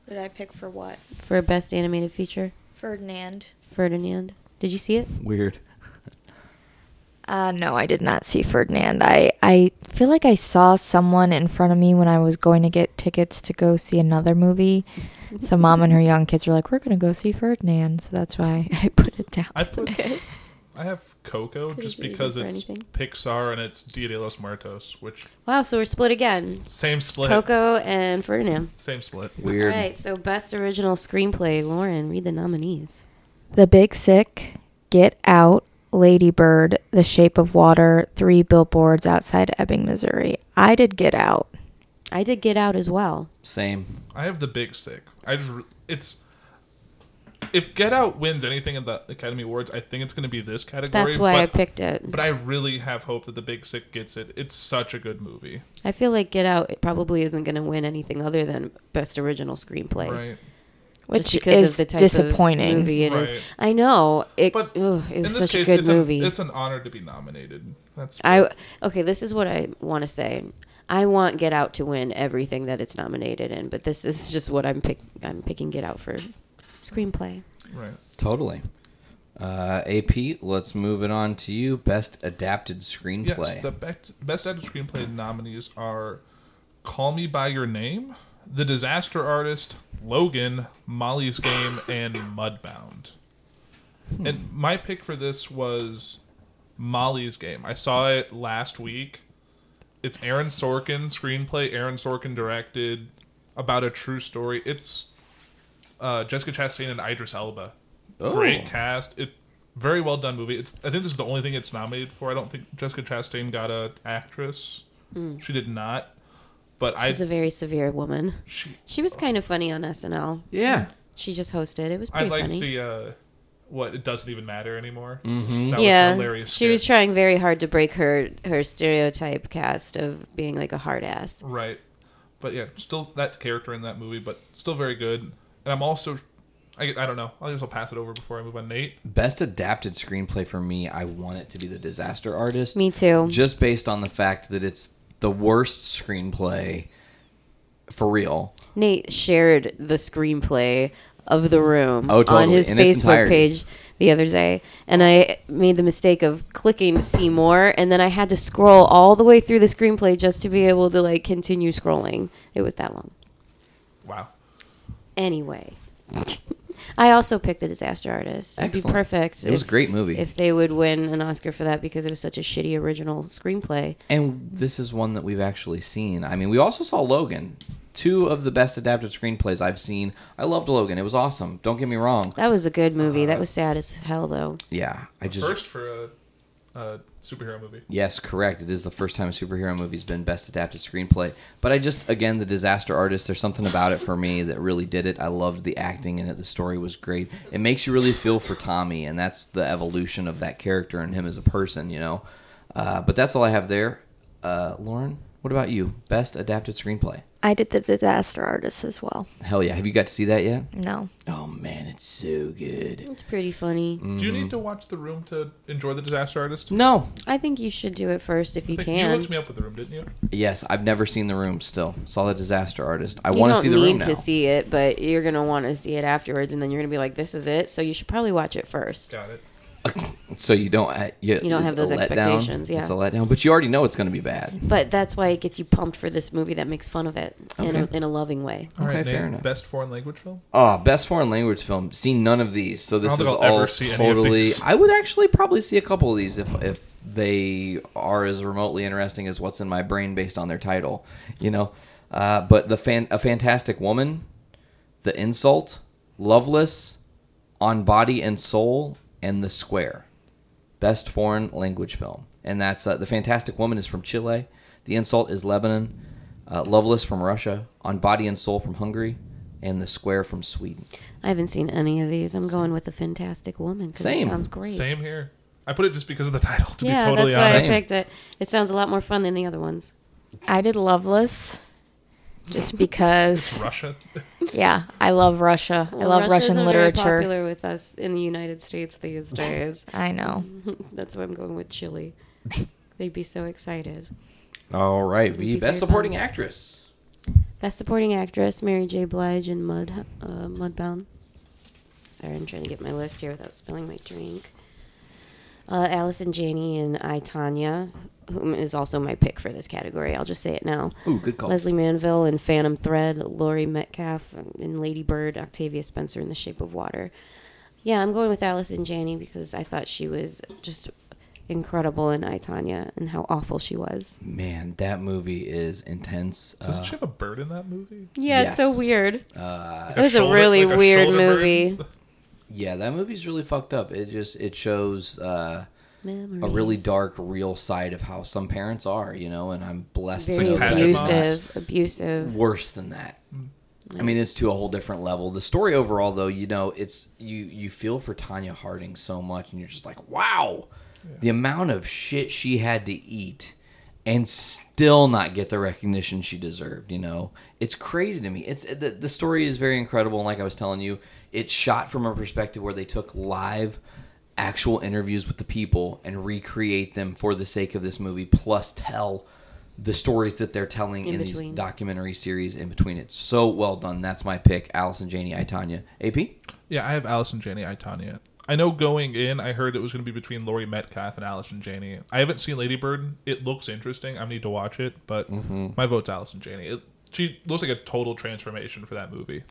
Speaker 8: What did I pick for what?
Speaker 9: for best animated feature.
Speaker 8: Ferdinand.
Speaker 9: Ferdinand. Did you see it?
Speaker 12: Weird.
Speaker 8: Uh, no, I did not see Ferdinand. I, I feel like I saw someone in front of me when I was going to get tickets to go see another movie. So mom and her young kids were like, "We're gonna go see Ferdinand," so that's why I put it down.
Speaker 7: I put I have Coco
Speaker 9: Could
Speaker 7: just
Speaker 9: be easy
Speaker 7: because
Speaker 9: for
Speaker 7: it's
Speaker 9: anything.
Speaker 7: Pixar and it's Dia de los Muertos, which
Speaker 9: Wow, so we're split again.
Speaker 7: Same split.
Speaker 9: Coco and Ferdinand.
Speaker 7: Same split.
Speaker 12: Weird.
Speaker 9: All right, so best original screenplay. Lauren, read the nominees.
Speaker 8: The Big Sick, Get Out, Ladybird, The Shape of Water, Three Billboards Outside Ebbing, Missouri. I did Get Out.
Speaker 9: I did Get Out as well.
Speaker 12: Same.
Speaker 7: I have the big sick. I just re- it's if Get Out wins anything at the Academy Awards, I think it's going to be this category.
Speaker 9: That's why I
Speaker 7: but-
Speaker 9: picked it.
Speaker 7: But I really have hope that the Big Sick gets it. It's such a good movie.
Speaker 9: I feel like Get Out it probably isn't going to win anything other than best original screenplay.
Speaker 7: Right.
Speaker 8: Which
Speaker 9: Just because
Speaker 8: is
Speaker 9: of the type
Speaker 8: disappointing.
Speaker 9: Of movie it is.
Speaker 7: Right.
Speaker 9: I know. It, ugh,
Speaker 7: But
Speaker 9: it was
Speaker 7: In this
Speaker 9: such
Speaker 7: case,
Speaker 9: a good
Speaker 7: it's
Speaker 9: movie.
Speaker 7: An, it's an honor to be nominated. That's
Speaker 9: I okay. This is what I want to say. I want Get Out to win everything that it's nominated in, but this is just what I'm pick. I'm picking Get Out for screenplay.
Speaker 7: right.
Speaker 12: Totally. Uh, AP, let's move it on to you. Best adapted screenplay.
Speaker 7: Yes, the best best actor screenplay nominees are Call Me by Your Name, The Disaster Artist, Logan, Molly's Game, and Mudbound. And my pick for this was Molly's Game. I saw it last week. It's Aaron Sorkin screenplay. Aaron Sorkin directed about a true story. It's uh, Jessica Chastain and Idris Elba.
Speaker 12: Oh.
Speaker 7: Great cast. It very well done movie. It's I think this is the only thing it's nominated for. I don't think Jessica Chastain got a actress.
Speaker 9: Hmm.
Speaker 7: She did not. But I
Speaker 9: She's a very severe woman.
Speaker 7: She-
Speaker 9: she was kind of funny on SNL.
Speaker 12: Yeah.
Speaker 9: She just hosted. It was
Speaker 7: I
Speaker 9: pretty
Speaker 7: like
Speaker 9: funny.
Speaker 7: the uh, what it doesn't even matter anymore.
Speaker 12: Mhm.
Speaker 7: That
Speaker 9: yeah,
Speaker 7: was a hilarious.
Speaker 9: she was trying very hard to break her her stereotype cast of being like a hard ass.
Speaker 7: Right. But yeah, still that character in that movie, but still very good. And I'm also, I, I don't know. I guess I'll pass it over before I move on. Nate,
Speaker 12: Best adapted screenplay for me, I want it to be The Disaster Artist.
Speaker 9: Me too.
Speaker 12: Just based on the fact that it's the worst screenplay for real.
Speaker 9: Nate shared the screenplay of the room
Speaker 12: Oh, totally.
Speaker 9: on his
Speaker 12: In its
Speaker 9: Facebook
Speaker 12: entirety.
Speaker 9: page the other day, and I made the mistake of clicking to see more, and then I had to scroll all the way through the screenplay just to be able to like continue scrolling. It was that long.
Speaker 7: wow.
Speaker 9: Anyway, I also picked the Disaster Artist. It'd be
Speaker 12: Excellent.
Speaker 9: perfect.
Speaker 12: It was a great movie.
Speaker 9: if they would win an Oscar for that because it was such a shitty original screenplay.
Speaker 12: And this is one that we've actually seen. I mean, we also saw Logan. Two of the best adapted screenplays I've seen. I loved Logan. It was awesome. Don't get me wrong.
Speaker 9: That was a good movie. that was sad as hell though.
Speaker 12: Yeah, I just
Speaker 7: First for a, a superhero movie.
Speaker 12: Yes, correct. It is the first time a superhero movie's been best adapted screenplay. But I just again the disaster artist, there's something about it for me that really did it. I loved the acting in it. The story was great. It makes you really feel for Tommy and that's the evolution of that character and him as a person, you know. Uh, but that's all I have there. Uh, Lauren, what about you? Best adapted screenplay.
Speaker 8: I did The Disaster Artist as well.
Speaker 12: Hell yeah. Have you got to see that yet?
Speaker 8: No.
Speaker 12: Oh man, it's so good.
Speaker 9: It's pretty funny.
Speaker 7: Do you
Speaker 12: Mm-hmm.
Speaker 7: need to watch The Room to enjoy The Disaster Artist?
Speaker 12: No.
Speaker 9: I think you should do it first if you
Speaker 7: Like,
Speaker 9: can.
Speaker 7: You looked me up with The Room, didn't you?
Speaker 12: Yes, I've never seen the room still. Saw the disaster artist. I
Speaker 9: you
Speaker 12: want to
Speaker 9: don't
Speaker 12: see the
Speaker 9: need
Speaker 12: room now.
Speaker 9: to see it, but you're gonna want to see it afterwards, and then you're gonna be like, "This is it." So you should probably watch it first.
Speaker 7: Got it.
Speaker 12: So you don't uh, you,
Speaker 9: You don't have
Speaker 12: a
Speaker 9: those
Speaker 12: letdown.
Speaker 9: expectations, yeah.
Speaker 12: it's a letdown, but you already know it's going to be bad.
Speaker 9: But that's why it gets you pumped for this movie that makes fun of it in, a,
Speaker 12: Okay.
Speaker 9: in a loving way.
Speaker 7: All right,
Speaker 12: Okay, fair
Speaker 7: Nate,
Speaker 12: enough.
Speaker 7: Best foreign language film.
Speaker 12: Oh, best foreign language film. Seen none of these, so this
Speaker 7: I don't
Speaker 12: is
Speaker 7: think I'll ever
Speaker 12: all
Speaker 7: see any of
Speaker 12: totally.
Speaker 7: these.
Speaker 12: I would actually probably see a couple of these if if they are as remotely interesting as what's in my brain based on their title, you know. Uh, but the fan, a fantastic woman, the insult, Loveless, on body and soul, and the square. Best foreign language film, and that's uh, the Fantastic Woman is from Chile. The Insult is Lebanon. Uh, Loveless from Russia. On Body and Soul from Hungary, and The Square from Sweden.
Speaker 9: I haven't seen any of these. I'm going with the Fantastic Woman because it
Speaker 12: Same.
Speaker 9: sounds great.
Speaker 7: Same here. I put it just because of the title. To
Speaker 9: yeah,
Speaker 7: be totally
Speaker 9: that's why
Speaker 7: honest,
Speaker 9: I picked it. It sounds a lot more fun than the other ones.
Speaker 8: I did Loveless just because,
Speaker 7: Russia.
Speaker 8: yeah, I love Russia. I love Russian
Speaker 9: Very
Speaker 8: literature.
Speaker 9: popular with us in the United States these days.
Speaker 8: I know.
Speaker 9: that's why I'm going with Chile. They'd be so excited.
Speaker 12: All right,
Speaker 9: be
Speaker 12: V.
Speaker 9: very
Speaker 12: Best Supporting
Speaker 9: fun.
Speaker 12: Actress.
Speaker 9: Best Supporting Actress: Mary J. Blige in Mud uh, Mudbound. Sorry, I'm trying to get my list here without spilling my drink. Uh, Allison Janney in I Tanya, whom is also my pick for this category. I'll just say it now.
Speaker 12: Ooh, good call.
Speaker 9: Leslie Manville in Phantom Thread, Laurie Metcalf in Lady Bird, Octavia Spencer in The Shape of Water. Yeah, I'm going with Alice and Janney because I thought she was just incredible in I Tanya and how awful she was.
Speaker 12: Man, that movie is intense.
Speaker 7: Doesn't she have a bird in that movie?
Speaker 9: Yeah, it's so weird.
Speaker 12: Uh,
Speaker 9: It was a Like a really shoulder- like a weird shoulder movie. burden?
Speaker 12: yeah, that movie's really fucked up. It just it shows uh, a
Speaker 9: Memories.
Speaker 12: really dark, real side of how some parents are, you know. And I'm blessed
Speaker 9: Very
Speaker 12: to know that it was
Speaker 9: abusive, abusive.
Speaker 12: worse than that. I
Speaker 9: Like-
Speaker 12: mean, it's to a whole different level. The story overall, though, you know, it's you you feel for Tanya Harding so much, and you're just like, wow, the amount of shit she had to eat, and still not get the recognition she deserved. You know, it's crazy to me. It's uh, the, the story is very incredible, and like I was telling you, it's shot from a perspective where they took live actual interviews with the people and recreate them for the sake of this movie plus tell the stories that they're telling in,
Speaker 9: In
Speaker 12: these
Speaker 9: between.
Speaker 12: documentary series in between it's so well done that's my pick allison janie itanya ap
Speaker 7: Yeah, I have Alice and Janney, I Tanya. I know going in, I heard it was going to be between Laurie Metcalf and Alice and Janney. I haven't seen Lady Bird. It looks interesting. I need to watch it, but
Speaker 12: Mm-hmm.
Speaker 7: my vote's Alice and Janney. It, she looks like a total transformation for that movie.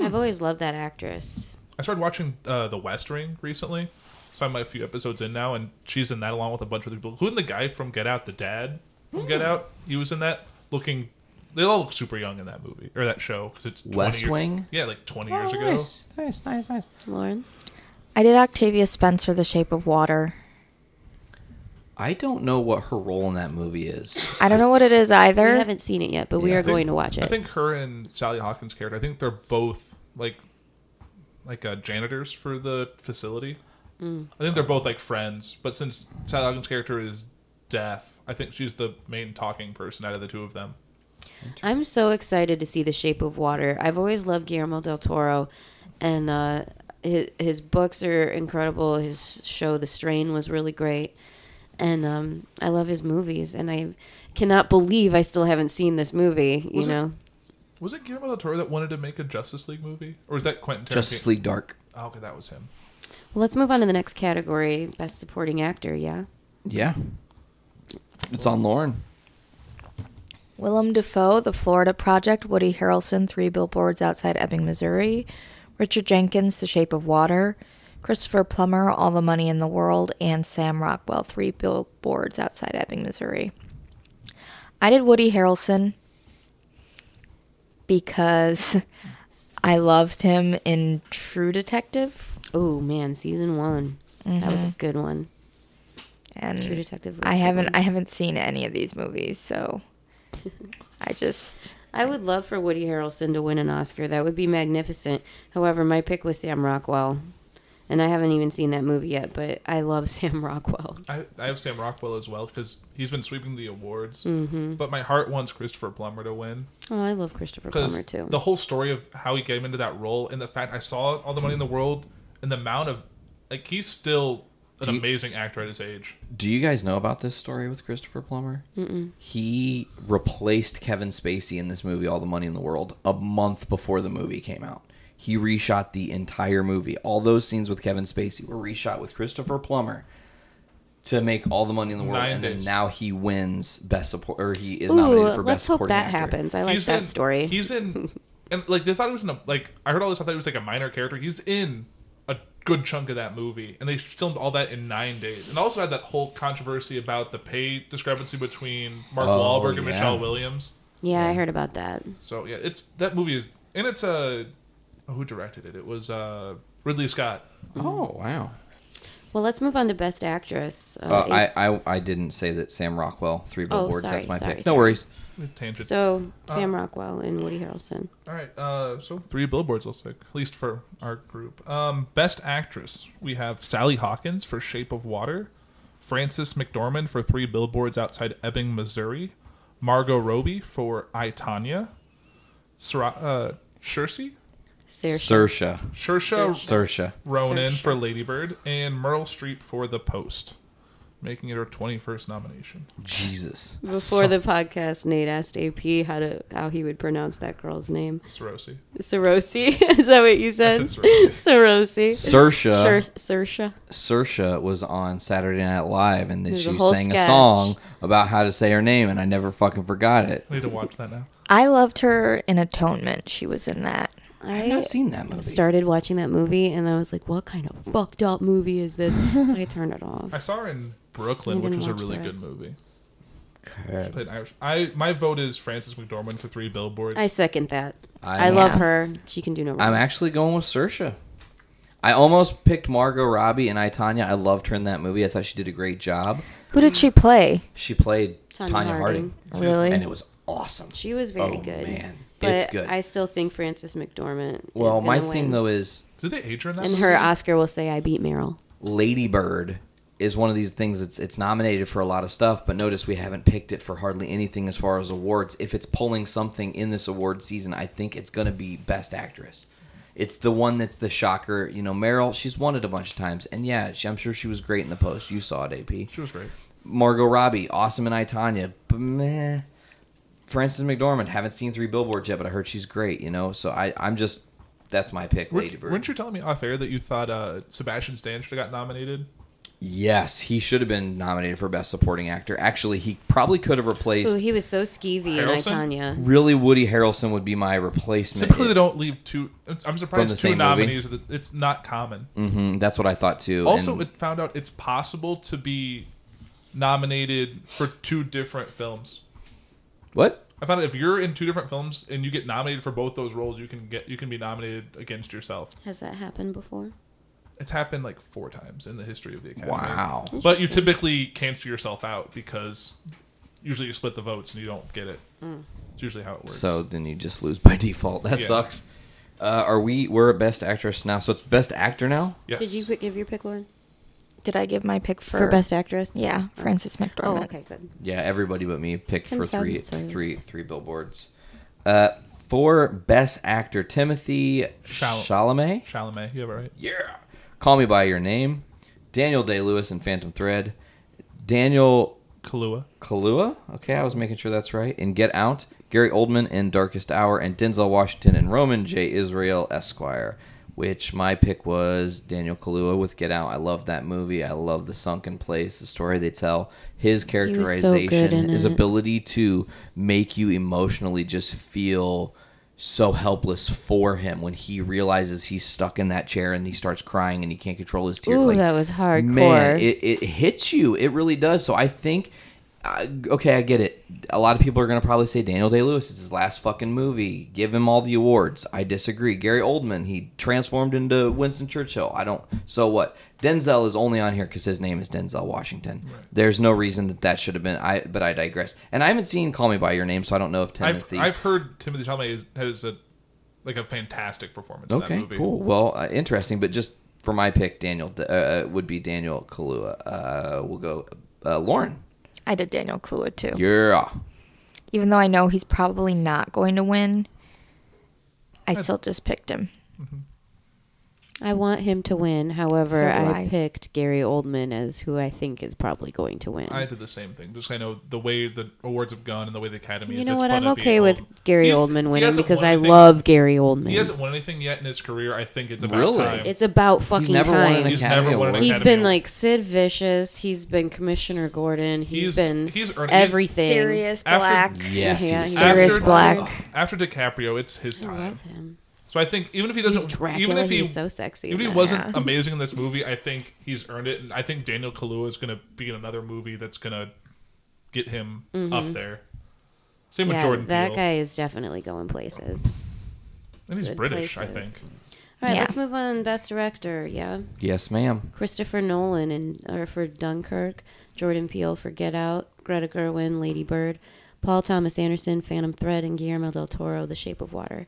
Speaker 9: I've always loved that actress.
Speaker 7: I started watching uh, The West Wing recently, so I'm a few episodes in now, and she's in that along with a bunch of other people, including the guy from Get Out, the dad from Get Out. He was in that, looking. They all look super young in that movie or that show because it's 20
Speaker 12: West
Speaker 7: year-
Speaker 12: Wing?
Speaker 7: Yeah, like 20 years ago.
Speaker 12: nice nice nice
Speaker 9: Lauren?
Speaker 8: I did Octavia Spencer, The Shape of Water.
Speaker 12: i don't know what her role in that movie is
Speaker 8: I don't know what it is either.
Speaker 9: We haven't seen it yet, but we
Speaker 12: Yeah.
Speaker 9: are
Speaker 12: I think-
Speaker 9: going to watch it.
Speaker 7: I think her and Sally Hawkins' character. I think they're both like like uh, janitors for the facility.
Speaker 9: Mm.
Speaker 7: I think they're both like friends, but since Sally Hawkins' character is deaf, I think she's the main talking person out of the two of them.
Speaker 9: I'm so excited to see The Shape of Water. I've always loved Guillermo del Toro, and uh, his, his books are incredible. His show, The Strain, was really great. And um, I love his movies, and I cannot believe I still haven't seen this movie. You
Speaker 7: Was it-
Speaker 9: know,
Speaker 7: Was it Guillermo del Toro that wanted to make a Justice League movie, or is that Quentin Tarantino?
Speaker 12: Justice League Dark.
Speaker 7: Oh, okay, that was him.
Speaker 9: well, let's move on to the next category: Best Supporting Actor. Yeah,
Speaker 12: yeah it's on lauren
Speaker 8: Willem Dafoe, The Florida Project, Woody Harrelson, Three Billboards Outside Ebbing, Missouri, Richard Jenkins, The Shape of Water, Christopher Plummer, All the Money in the World, and Sam Rockwell, Three Billboards Outside Ebbing, Missouri. I did Woody Harrelson because I loved him in True Detective.
Speaker 9: Oh man, season one. That
Speaker 7: Mm-hmm.
Speaker 9: was a
Speaker 8: Mhm.
Speaker 9: good one.
Speaker 8: And
Speaker 9: True Detective was a
Speaker 8: I
Speaker 9: good
Speaker 8: haven't
Speaker 9: one.
Speaker 8: I haven't seen any of these movies, so I just
Speaker 9: I would love for Woody Harrelson to win an Oscar. That would be magnificent. However, my pick was Sam Rockwell. And I haven't even seen that movie yet, but I love Sam Rockwell.
Speaker 7: I, I have Sam Rockwell as well because he's been sweeping the awards.
Speaker 9: Mhm.
Speaker 7: But my heart wants Christopher Plummer to win.
Speaker 9: Oh, I love Christopher Plummer too.
Speaker 7: the whole story of how he came into that role and the fact I saw all the money in the world and the amount of like he's still an
Speaker 12: Do you-
Speaker 7: amazing actor at his age.
Speaker 12: do you guys know about this story with christopher plummer
Speaker 7: Mm-mm.
Speaker 12: he replaced kevin spacey in this movie all the money in the world a month before the movie came out he reshot the entire movie all those scenes with kevin spacey were reshot with christopher plummer to make all the money in the world
Speaker 7: Nine
Speaker 12: and
Speaker 7: days.
Speaker 12: then now he wins best support or he is nominated
Speaker 9: Ooh,
Speaker 12: for
Speaker 9: let's
Speaker 12: best
Speaker 9: hope
Speaker 12: supporting
Speaker 9: that
Speaker 12: actor.
Speaker 9: happens. I like
Speaker 7: He's
Speaker 9: that
Speaker 7: in-
Speaker 9: story.
Speaker 7: He's in and like they thought he was in a like I heard all this I thought he was like a minor character. He's in a good chunk of that movie and they filmed all that in nine days. And also had that whole controversy about the pay discrepancy between Mark
Speaker 12: Oh,
Speaker 7: Wahlberg and
Speaker 12: yeah.
Speaker 7: Michelle Williams.
Speaker 9: yeah, I heard about that.
Speaker 7: So yeah, it's that movie is and it's uh who directed it? It was uh Ridley Scott.
Speaker 12: oh wow
Speaker 9: Well, let's move on to Best Actress. Uh,
Speaker 12: Uh,
Speaker 9: eight-
Speaker 12: I, I I didn't say that Sam Rockwell three
Speaker 9: Oh,
Speaker 12: billboards.
Speaker 9: sorry,
Speaker 12: that's my
Speaker 9: sorry,
Speaker 12: pick.
Speaker 9: sorry.
Speaker 12: No worries.
Speaker 7: Tangent.
Speaker 9: so,
Speaker 7: Uh,
Speaker 9: Sam Rockwell and Woody Harrelson.
Speaker 7: All right, uh, so three billboards looks like, at least for our group. Um, best actress, we have Sally Hawkins for Shape of Water, Frances McDormand for Three Billboards Outside Ebbing, Missouri, Margot Robbie for I Tanya, Sra- uh, Cersei,
Speaker 12: Sersha.
Speaker 7: Saoirse
Speaker 12: Sersha.
Speaker 7: Ronan
Speaker 12: Saoirse.
Speaker 7: for Ladybird, and Meryl Streep for The Post, making it her twenty-first nomination.
Speaker 12: Jesus.
Speaker 9: Before the podcast, Nate asked AP how to how he would pronounce that girl's name.
Speaker 7: Sarosi.
Speaker 9: Sarosi. Is that what you said?
Speaker 12: said Sarosi.
Speaker 9: Sarosi.
Speaker 12: Saoirse.
Speaker 9: Sher- Saoirse.
Speaker 12: Saoirse was on Saturday Night Live and then
Speaker 9: There's a
Speaker 12: she
Speaker 9: whole
Speaker 12: sang
Speaker 9: sketch.
Speaker 12: a song about how to say her name and I never fucking forgot it.
Speaker 7: I need to watch that now.
Speaker 8: I loved her in Atonement. She was in that.
Speaker 9: I've
Speaker 12: not seen that movie.
Speaker 9: Started watching that movie and I was like, "What kind of fucked up movie is this?" so I turned it off.
Speaker 7: I saw her in Brooklyn,
Speaker 9: I
Speaker 7: which
Speaker 9: didn't
Speaker 7: was a
Speaker 9: watch the
Speaker 7: really good
Speaker 9: rest.
Speaker 7: movie. She played Irish. I my vote is Frances McDormand for Three Billboards.
Speaker 9: I second that.
Speaker 12: I-
Speaker 9: I, love
Speaker 12: Yeah.
Speaker 9: her. She can do no wrong.
Speaker 12: I'm actually going with Sersha. I almost picked Margot Robbie and I Tanya. I loved her in that movie. I thought she did a great job.
Speaker 8: Who did she play?
Speaker 12: She played Tanya,
Speaker 9: Tanya
Speaker 12: Harding.
Speaker 8: Harding. Really?
Speaker 12: And it was awesome.
Speaker 9: She was very
Speaker 12: Oh,
Speaker 9: good.
Speaker 12: Man,
Speaker 9: But
Speaker 12: it's good.
Speaker 9: I still think Frances McDormand.
Speaker 12: well,
Speaker 9: is
Speaker 12: my
Speaker 9: gonna
Speaker 12: thing
Speaker 9: win.
Speaker 12: though is
Speaker 7: Did they age her in that?
Speaker 9: And her Oscar will say, "I beat Meryl."
Speaker 12: Lady Bird is one of these things that's it's nominated for a lot of stuff, but notice we haven't picked it for hardly anything as far as awards. If it's pulling something in this award season, I think it's going to be Best Actress. It's the one that's the shocker. You know, Meryl, she's won it a bunch of times, and yeah, she, I'm sure she was great in the post. You saw it, AP.
Speaker 7: She was great.
Speaker 12: Margot Robbie, awesome in I Tanya, but meh. Frances McDormand, haven't seen Three Billboards yet, but I heard she's great. You know, so I, I'm just that's my pick, Lady
Speaker 7: Weren't,
Speaker 12: Bird.
Speaker 7: weren't you telling me off air that you thought uh, Sebastian Stan should have got nominated?
Speaker 12: Yes, he should have been nominated for Best Supporting Actor. Actually, he probably could have replaced.
Speaker 9: Ooh, he was so skeevy in I
Speaker 7: Harrelson?
Speaker 9: Tanya.
Speaker 12: really, Woody Harrelson would be my replacement.
Speaker 7: Typically, they don't leave two. I'm
Speaker 12: the
Speaker 7: surprised
Speaker 12: same
Speaker 7: two
Speaker 12: movie?
Speaker 7: nominees. Are the, it's not common.
Speaker 12: hmm that's what I thought too.
Speaker 7: Also,
Speaker 12: and
Speaker 7: it found out it's possible to be nominated for two different films.
Speaker 12: what?
Speaker 7: I found out if you're in two different films and you get nominated for both those roles, you can get you can be nominated against yourself.
Speaker 9: Has that happened before?
Speaker 7: It's happened like four times in the history of the academy.
Speaker 12: Wow.
Speaker 7: But you typically cancel yourself out because usually you split the votes and you don't get it.
Speaker 9: Mm.
Speaker 7: It's usually how it works.
Speaker 12: So then you just lose by default. That
Speaker 7: Yeah.
Speaker 12: sucks. Uh, are we? We're at Best Actress now, so it's Best Actor now.
Speaker 7: yes.
Speaker 9: Did you pick- give your pick, Lauren?
Speaker 8: Did I give my pick for,
Speaker 9: For Best Actress?
Speaker 8: Yeah, Frances McDormand.
Speaker 9: Oh, okay, good.
Speaker 12: Yeah, everybody but me picked for three,
Speaker 9: Consensus.
Speaker 12: three, three billboards. Uh, for Best Actor, Timothy
Speaker 7: Chal-
Speaker 12: Chalamet.
Speaker 7: Chalamet, you have it right.
Speaker 12: Yeah. Call Me by Your Name, Daniel Day Lewis and Phantom Thread, Daniel
Speaker 7: Kalua.
Speaker 12: Kalua. Okay, I was making sure that's right. In Get Out, Gary Oldman in Darkest Hour, and Denzel Washington in Roman J. Israel Esquire. Which my pick was Daniel Kalua with Get Out. I love that movie. I love the sunken place, the story they tell, his characterization,
Speaker 9: in
Speaker 12: his
Speaker 9: it.
Speaker 12: ability to make you emotionally just feel so helpless for him when he realizes he's stuck in that chair and he starts crying and he can't control his tears.
Speaker 9: Ooh,
Speaker 12: like,
Speaker 9: that was hardcore.
Speaker 12: Man, it, it hits you. It really does. So I think, I okay, I get it. A lot of people are going to probably say Daniel Day Lewis. It's his last fucking movie. Give him all the awards. I disagree. Gary Oldman, he transformed into Winston Churchill. I don't. So what? Denzel is only on here because his name is Denzel Washington. There's no reason that that should have been. I but I digress. And I haven't seen Call Me by Your Name, so I don't know if
Speaker 7: I've,
Speaker 12: Timothy.
Speaker 7: I've heard Timothy Chalamet is, has a like a fantastic performance in that
Speaker 12: Okay,
Speaker 7: movie.
Speaker 12: cool. Well, uh, interesting, but just for my pick, Daniel uh, would be Daniel Kalua. Uh, we'll go uh, Lauren.
Speaker 8: I did Daniel Clua too.
Speaker 12: Yeah.
Speaker 8: Even though I know he's probably not going to win, I still just picked him.
Speaker 9: I want him to win. However,
Speaker 8: So do
Speaker 9: I,
Speaker 8: I.
Speaker 9: picked Gary Oldman as who I think is probably going to win.
Speaker 7: I did the same thing. Just 'cause I know the way the awards have gone and the way the Academy
Speaker 9: you
Speaker 7: is.
Speaker 9: know
Speaker 7: it's
Speaker 9: what?
Speaker 7: fun
Speaker 9: I'm
Speaker 7: to be
Speaker 9: okay with
Speaker 7: old.
Speaker 9: Gary
Speaker 7: He's-
Speaker 9: Oldman
Speaker 7: he
Speaker 9: winning
Speaker 7: hasn't
Speaker 9: because
Speaker 7: won
Speaker 9: I
Speaker 7: anything-
Speaker 9: love Gary Oldman.
Speaker 7: He hasn't won anything yet in his career. I think it's about
Speaker 12: Really?
Speaker 7: time.
Speaker 9: It's about fucking
Speaker 12: never won
Speaker 9: time.
Speaker 12: an
Speaker 7: He's
Speaker 12: Academy
Speaker 7: never won an
Speaker 12: Award.
Speaker 9: He's
Speaker 7: Academy
Speaker 9: been
Speaker 7: Award.
Speaker 9: like Sid Vicious. He's been Commissioner Gordon.
Speaker 7: He's-
Speaker 9: he's been
Speaker 7: he's earned- he's-
Speaker 9: everything.
Speaker 8: Serious
Speaker 7: After-
Speaker 8: Black.
Speaker 12: Yes, he
Speaker 9: Yeah,
Speaker 12: was
Speaker 9: he
Speaker 12: so
Speaker 8: Sirius
Speaker 12: good.
Speaker 7: After-
Speaker 8: Black.
Speaker 7: After DiCaprio, it's his time.
Speaker 9: I love him.
Speaker 7: So I think even if he
Speaker 9: He's
Speaker 7: doesn't,
Speaker 9: Dracula,
Speaker 7: even if he
Speaker 9: he's so sexy
Speaker 7: even if
Speaker 9: in
Speaker 7: he
Speaker 9: that.
Speaker 7: wasn't
Speaker 9: Yeah.
Speaker 7: amazing in this movie, I think he's earned it, and I think Daniel Kaluuya is going to be in another movie that's going to get him up there. Same
Speaker 9: Mm-hmm.
Speaker 7: with
Speaker 9: yeah,
Speaker 7: Jordan
Speaker 9: that
Speaker 7: Peele,
Speaker 9: guy is definitely going places.
Speaker 7: and he's
Speaker 9: good
Speaker 7: British, I
Speaker 9: places.
Speaker 7: think.
Speaker 9: All right,
Speaker 8: Yeah.
Speaker 9: let's move on. Best director, yeah.
Speaker 12: Yes, ma'am.
Speaker 9: Christopher Nolan and or for Dunkirk, Jordan Peele for Get Out, Greta Gerwin, Lady Bird, Paul Thomas Anderson, Phantom Thread, and Guillermo del Toro, The Shape of Water.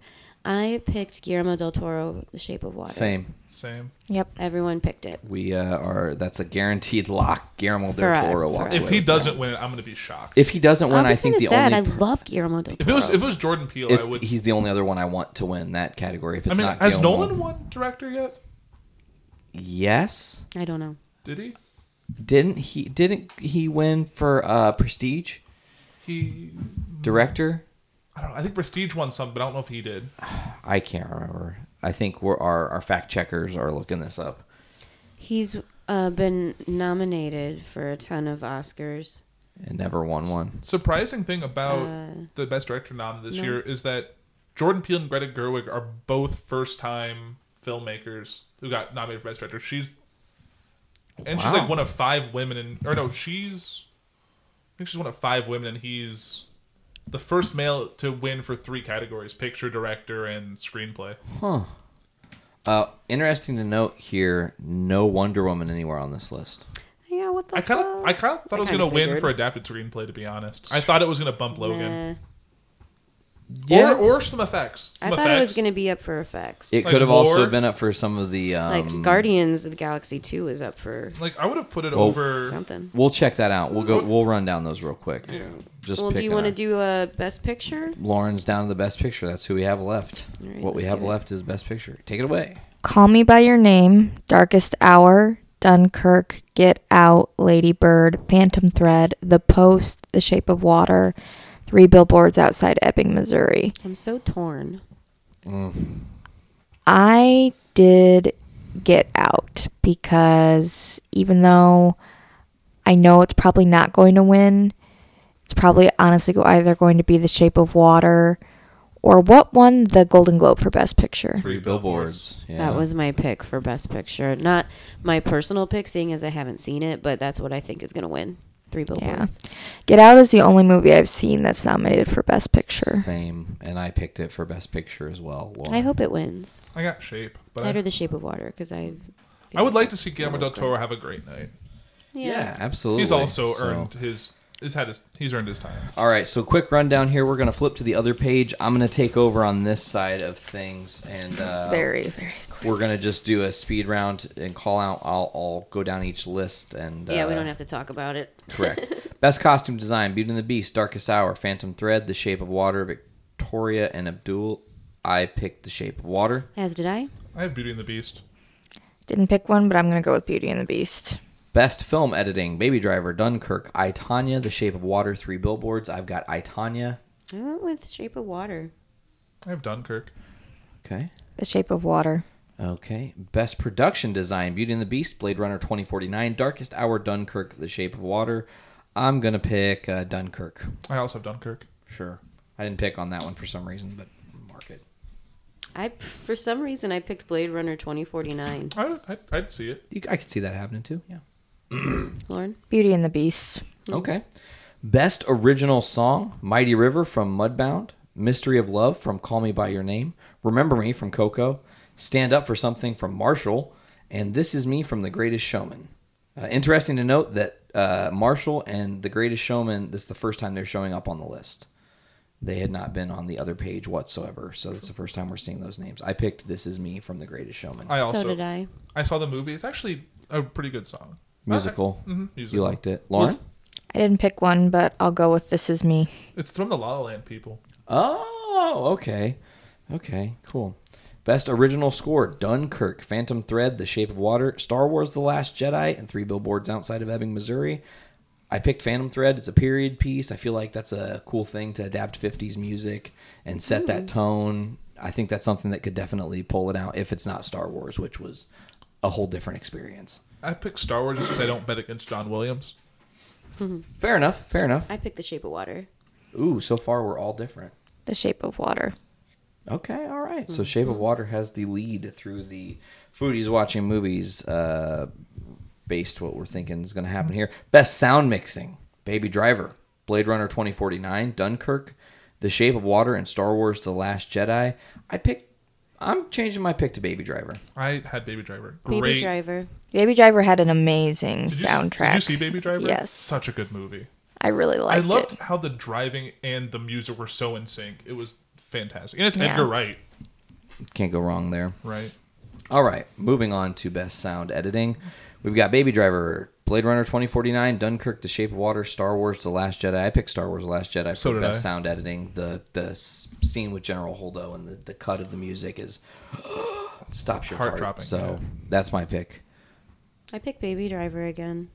Speaker 9: I picked Guillermo del Toro, The Shape of Water.
Speaker 12: Same.
Speaker 7: Same.
Speaker 8: Yep.
Speaker 9: Everyone picked it.
Speaker 12: We uh, are. That's a guaranteed lock. Guillermo
Speaker 9: For-
Speaker 12: del Toro walks
Speaker 9: for-
Speaker 7: If
Speaker 12: away.
Speaker 7: he doesn't win it, I'm going to be shocked.
Speaker 12: if he doesn't win,
Speaker 9: I'll be
Speaker 12: I think the
Speaker 9: kinda sad.
Speaker 12: only.
Speaker 9: I love Guillermo del
Speaker 7: If
Speaker 9: Toro.
Speaker 7: it was if it was Jordan Peele, I
Speaker 12: it's,
Speaker 7: would.
Speaker 12: he's the only other one I want to win that category. If
Speaker 7: I
Speaker 12: it's
Speaker 7: mean,
Speaker 12: not
Speaker 7: has
Speaker 12: Guillermo-
Speaker 7: Nolan won director yet?
Speaker 12: Yes.
Speaker 9: I don't know.
Speaker 7: Did he?
Speaker 12: Didn't he? Didn't he win for uh, Prestige
Speaker 7: He.
Speaker 12: director?
Speaker 7: I don't know. I think Prestige won some, but I don't know if he did.
Speaker 12: I can't remember. I think we're our, our fact checkers are looking this up.
Speaker 9: He's uh, been nominated for a ton of Oscars.
Speaker 12: And never won one.
Speaker 7: Surprising thing about
Speaker 9: Uh,
Speaker 7: the best director nom this
Speaker 9: no.
Speaker 7: year is that Jordan Peele and Greta Gerwig are both first time filmmakers who got nominated for Best Director. She's and she's like
Speaker 12: Wow.
Speaker 7: one of five women in or no, she's I think she's one of five women and he's the first male to win for three categories picture, director, and screenplay.
Speaker 12: Huh. Uh, interesting to note here, no Wonder Woman anywhere on this list.
Speaker 9: Yeah, what the
Speaker 7: I kind of I kind of thought
Speaker 9: I
Speaker 7: it was
Speaker 9: kinda
Speaker 7: gonna win
Speaker 9: figured.
Speaker 7: for adapted screenplay. To be honest, I thought it was gonna bump Logan.
Speaker 12: Yeah.
Speaker 7: Or or some effects.
Speaker 9: I
Speaker 7: Some
Speaker 9: thought it was
Speaker 7: effects.
Speaker 9: going to be up for effects.
Speaker 12: It could have also been up for some of the um,
Speaker 9: like Guardians of the Galaxy Two is up for.
Speaker 7: Like I would have put it
Speaker 12: well,
Speaker 7: over
Speaker 9: something.
Speaker 12: We'll check that out. We'll go. We'll run down those real quick. Just
Speaker 9: well, do you
Speaker 12: picking
Speaker 9: want to
Speaker 12: our-
Speaker 9: do a Best Picture?
Speaker 12: Lauren's down to the best picture. That's who we have left.
Speaker 9: right,
Speaker 12: what we
Speaker 9: let's
Speaker 12: have
Speaker 9: do it.
Speaker 12: left is best picture. Take it away.
Speaker 8: Call Me by Your Name, Darkest Hour, Dunkirk, Get Out, Lady Bird, Phantom Thread, The Post, The Shape of Water, Three Billboards Outside Ebbing, Missouri.
Speaker 9: I'm so torn.
Speaker 8: I did Get Out because even though I know it's probably not going to win, it's probably honestly go- either going to be The Shape of Water or what won the Golden Globe for Best Picture?
Speaker 12: Three billboards. Yeah.
Speaker 9: That was my pick for Best Picture. Not my personal pick, seeing as I haven't seen it, but that's what I think is going to win. Three
Speaker 8: Yeah.
Speaker 9: Billboards.
Speaker 8: Get Out is the only movie I've seen that's nominated for Best Picture.
Speaker 12: same, and I picked it for best picture as well. Lauren.
Speaker 9: I hope it wins.
Speaker 7: I got shape, but
Speaker 9: That
Speaker 7: I,
Speaker 9: or The Shape of Water, because I.
Speaker 7: I would like to see Guillermo del Toro have a great night.
Speaker 9: Yeah.
Speaker 12: Yeah, absolutely.
Speaker 7: He's also
Speaker 12: So-
Speaker 7: earned his. He's had his. He's earned his time.
Speaker 12: All right, so quick rundown here. We're going to flip to the other page. I'm going to take over on this side of things, and uh,
Speaker 8: Very, very
Speaker 12: We're going to just do a speed round and call out. I'll, I'll go down each list and
Speaker 9: Yeah, we
Speaker 12: uh,
Speaker 9: don't have to talk about it.
Speaker 12: Correct. Best costume design: Beauty and the Beast, Darkest Hour, Phantom Thread, The Shape of Water, Victoria and Abdul. I picked The Shape of Water.
Speaker 9: As did I.
Speaker 7: I have Beauty and the Beast.
Speaker 8: Didn't pick one, but I'm going to go with Beauty and the Beast.
Speaker 12: Best film editing: Baby Driver, Dunkirk, I Tanya, The Shape of Water, Three Billboards. I've got I Tanya.
Speaker 9: I went with Shape of Water.
Speaker 7: I have Dunkirk.
Speaker 12: Okay.
Speaker 8: The Shape of Water.
Speaker 12: Okay. Best production design: Beauty and the Beast, Blade Runner 2049, Darkest Hour, Dunkirk, The Shape of Water. I'm gonna pick uh, Dunkirk.
Speaker 7: I also have Dunkirk.
Speaker 12: Sure. I didn't pick on that one for some reason, but mark it.
Speaker 9: I for some reason I picked Blade Runner 2049.
Speaker 7: I, I, I'd see it.
Speaker 12: You, I could see that happening too. Yeah.
Speaker 9: Lauren,
Speaker 8: Beauty and the Beast.
Speaker 12: Okay. Best original song: "Mighty River" from Mudbound, "Mystery of Love" from Call Me by Your Name, "Remember Me" from Coco, "Stand Up for Something" from Marshall, and "This Is Me" from The Greatest Showman. Uh, interesting to note that uh, Marshall and The Greatest Showman this is the first time they're showing up on the list. They had not been on the other page whatsoever, so it's the first time we're seeing those names. I picked "This Is Me" from The Greatest Showman.
Speaker 7: I
Speaker 9: So
Speaker 7: also
Speaker 9: did I.
Speaker 7: I saw the movie. It's actually a pretty good song.
Speaker 12: Musical.
Speaker 7: I- mhm,
Speaker 12: You
Speaker 7: musical.
Speaker 12: liked it, Lauren?
Speaker 8: I didn't pick one, but I'll go with This Is Me.
Speaker 7: It's from the La La Land people.
Speaker 12: Oh, okay. Okay, cool. Best original score Dunkirk, Phantom Thread, The Shape of Water, Star Wars The Last Jedi, and Three Billboards Outside of Ebbing, Missouri. I picked Phantom Thread. It's a period piece. I feel like that's a cool thing to adapt 50s music and set that tone. I think that's something that could definitely pull it out if it's not Star Wars, which was a whole different experience.
Speaker 7: I picked Star Wars because I don't bet against John Williams.
Speaker 12: Fair enough. Fair enough.
Speaker 9: I picked The Shape of Water.
Speaker 12: Ooh, so far we're all different.
Speaker 8: The Shape of Water.
Speaker 12: Okay, all right. So Shape of Water has the lead through the foodies watching movies, uh, based what we're thinking is going to happen here. Best sound mixing: Baby Driver, Blade Runner twenty forty nine, Dunkirk, The Shape of Water, and Star Wars: The Last Jedi. I picked. I'm changing my pick to Baby Driver.
Speaker 7: I had Baby Driver.
Speaker 9: Baby
Speaker 7: Great.
Speaker 9: Driver.
Speaker 8: Baby Driver had an amazing
Speaker 7: Did you-
Speaker 8: soundtrack.
Speaker 7: Did you see Baby Driver?
Speaker 8: Yes.
Speaker 7: Such a good movie.
Speaker 8: I really liked
Speaker 7: I loved
Speaker 8: it.
Speaker 7: how the driving and the music were so in sync. It was fantastic. And it's
Speaker 8: Yeah.
Speaker 7: Edgar Wright,
Speaker 12: Can't go wrong there.
Speaker 7: right?
Speaker 12: All right, moving on to best sound editing. We've got Baby Driver, Blade Runner 2049, Dunkirk, The Shape of Water, Star Wars, The Last Jedi. I picked Star Wars, The Last Jedi for
Speaker 7: So did
Speaker 12: best
Speaker 7: I.
Speaker 12: sound editing. The the s- scene with General Holdo and the, the cut of the music is stops your
Speaker 7: Heart
Speaker 12: heart.
Speaker 7: dropping,
Speaker 12: so
Speaker 7: yeah.
Speaker 12: that's my pick.
Speaker 9: I picked Baby Driver again.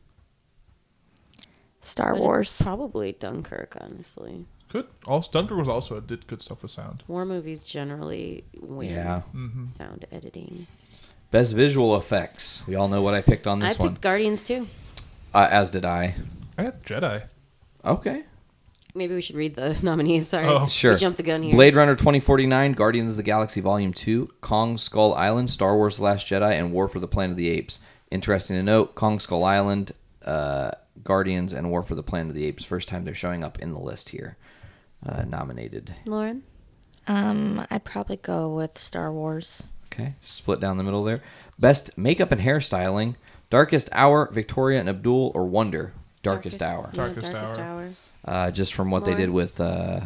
Speaker 8: Star
Speaker 9: But it-
Speaker 8: Wars.
Speaker 9: Probably Dunkirk, honestly.
Speaker 7: Good. Also, Dunkirk was also did good stuff with sound.
Speaker 9: War movies generally win
Speaker 12: Yeah.
Speaker 7: Mm-hmm.
Speaker 9: sound editing.
Speaker 12: Best visual effects. We all know what I picked on
Speaker 9: I
Speaker 12: this
Speaker 9: picked
Speaker 12: one,
Speaker 9: Guardians too.
Speaker 12: uh, as did I.
Speaker 7: I had Jedi.
Speaker 12: Okay.
Speaker 9: Maybe we should read the nominees. Sorry,
Speaker 7: Oh,
Speaker 12: Sure.
Speaker 9: We jumped the gun here.
Speaker 12: Blade Runner 2049, Guardians of the Galaxy Volume 2, Kong Skull Island, Star Wars The Last Jedi, and War for the Planet of the Apes. Interesting to note, Kong Skull Island, uh, Guardians, and War for the Planet of the Apes. First time they're showing up in the list here, uh, nominated.
Speaker 9: Lauren?
Speaker 8: Um, I'd probably go with Star Wars.
Speaker 12: Okay, split down the middle there. Best makeup and hairstyling, Darkest Hour, Victoria and Abdul, or Wonder, Darkest,
Speaker 9: Darkest-
Speaker 12: Hour.
Speaker 9: yeah, Darkest Darkest Hour. Hour.
Speaker 12: Uh, just from what they did
Speaker 9: Lauren?
Speaker 12: with uh,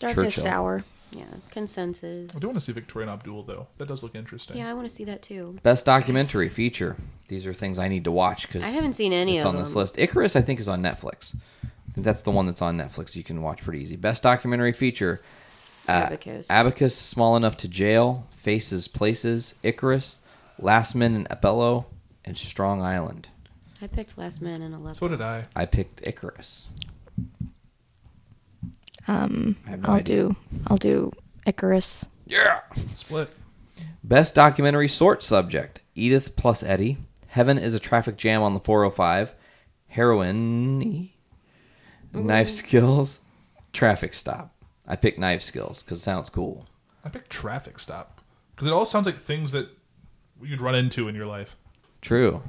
Speaker 12: Churchill.
Speaker 9: Yeah, consensus.
Speaker 7: I do want to see Victoria and Abdul though. That does look interesting.
Speaker 9: Yeah, I want to see that too.
Speaker 12: Best documentary feature. These are things I need to watch because
Speaker 9: I haven't seen any
Speaker 12: It's
Speaker 9: of
Speaker 12: on this
Speaker 9: them.
Speaker 12: list. Icarus, I think, is on Netflix. I think that's the one that's on Netflix. You can watch pretty easy. Best documentary feature. Uh,
Speaker 9: Abacus.
Speaker 12: Abacus, Small Enough to Jail, Faces, Places, Icarus, Last Man and Apello, and Strong Island.
Speaker 9: I picked Last Man and Eleven.
Speaker 7: So did I.
Speaker 12: I picked Icarus.
Speaker 8: Um,
Speaker 12: I have no
Speaker 8: I'll
Speaker 12: idea.
Speaker 8: do I'll do Icarus.
Speaker 12: Yeah.
Speaker 7: Split.
Speaker 12: Best documentary sort subject Edith plus Eddie. Heaven is a traffic jam on the 405. Heroin. Knife skills. Traffic stop. I picked knife skills because it sounds cool.
Speaker 7: I picked traffic stop because it all sounds like things that you'd run into in your life.
Speaker 12: True.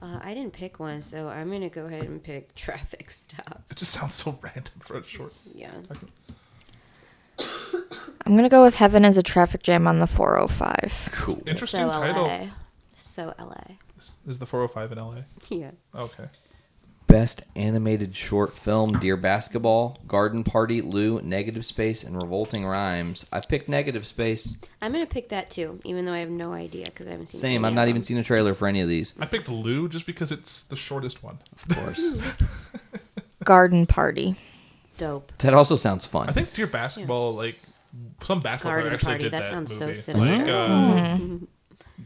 Speaker 9: Uh, I didn't pick one, so I'm gonna go ahead and pick Traffic Stop.
Speaker 7: It just sounds so random for a short.
Speaker 9: Yeah.
Speaker 8: I'm gonna go with Heaven as a traffic jam on the 405.
Speaker 12: Cool.
Speaker 9: so
Speaker 7: Interesting title.
Speaker 9: LA. So LA.
Speaker 7: Is, is the 405 in LA?
Speaker 9: Yeah.
Speaker 7: Okay.
Speaker 12: Best animated short film Dear Basketball, Garden Party, Lou, Negative Space, and Revolting Rhymes. I picked Negative Space.
Speaker 9: I'm gonna pick that too, even though I have no idea because I haven't seen.
Speaker 12: Same. I've
Speaker 9: any
Speaker 12: not
Speaker 9: of
Speaker 12: even seen a trailer for any of these.
Speaker 7: I picked Lou just because it's the shortest one.
Speaker 12: Of course.
Speaker 8: Garden party.
Speaker 9: Dope.
Speaker 12: that also sounds fun.
Speaker 7: I think Dear Basketball, like some basketball
Speaker 9: Garden
Speaker 7: player actually
Speaker 9: Party,
Speaker 7: did
Speaker 9: that
Speaker 7: that.
Speaker 9: sounds so
Speaker 7: movie.
Speaker 9: sinister.
Speaker 7: Like, uh,
Speaker 12: Mm.
Speaker 9: Mhm.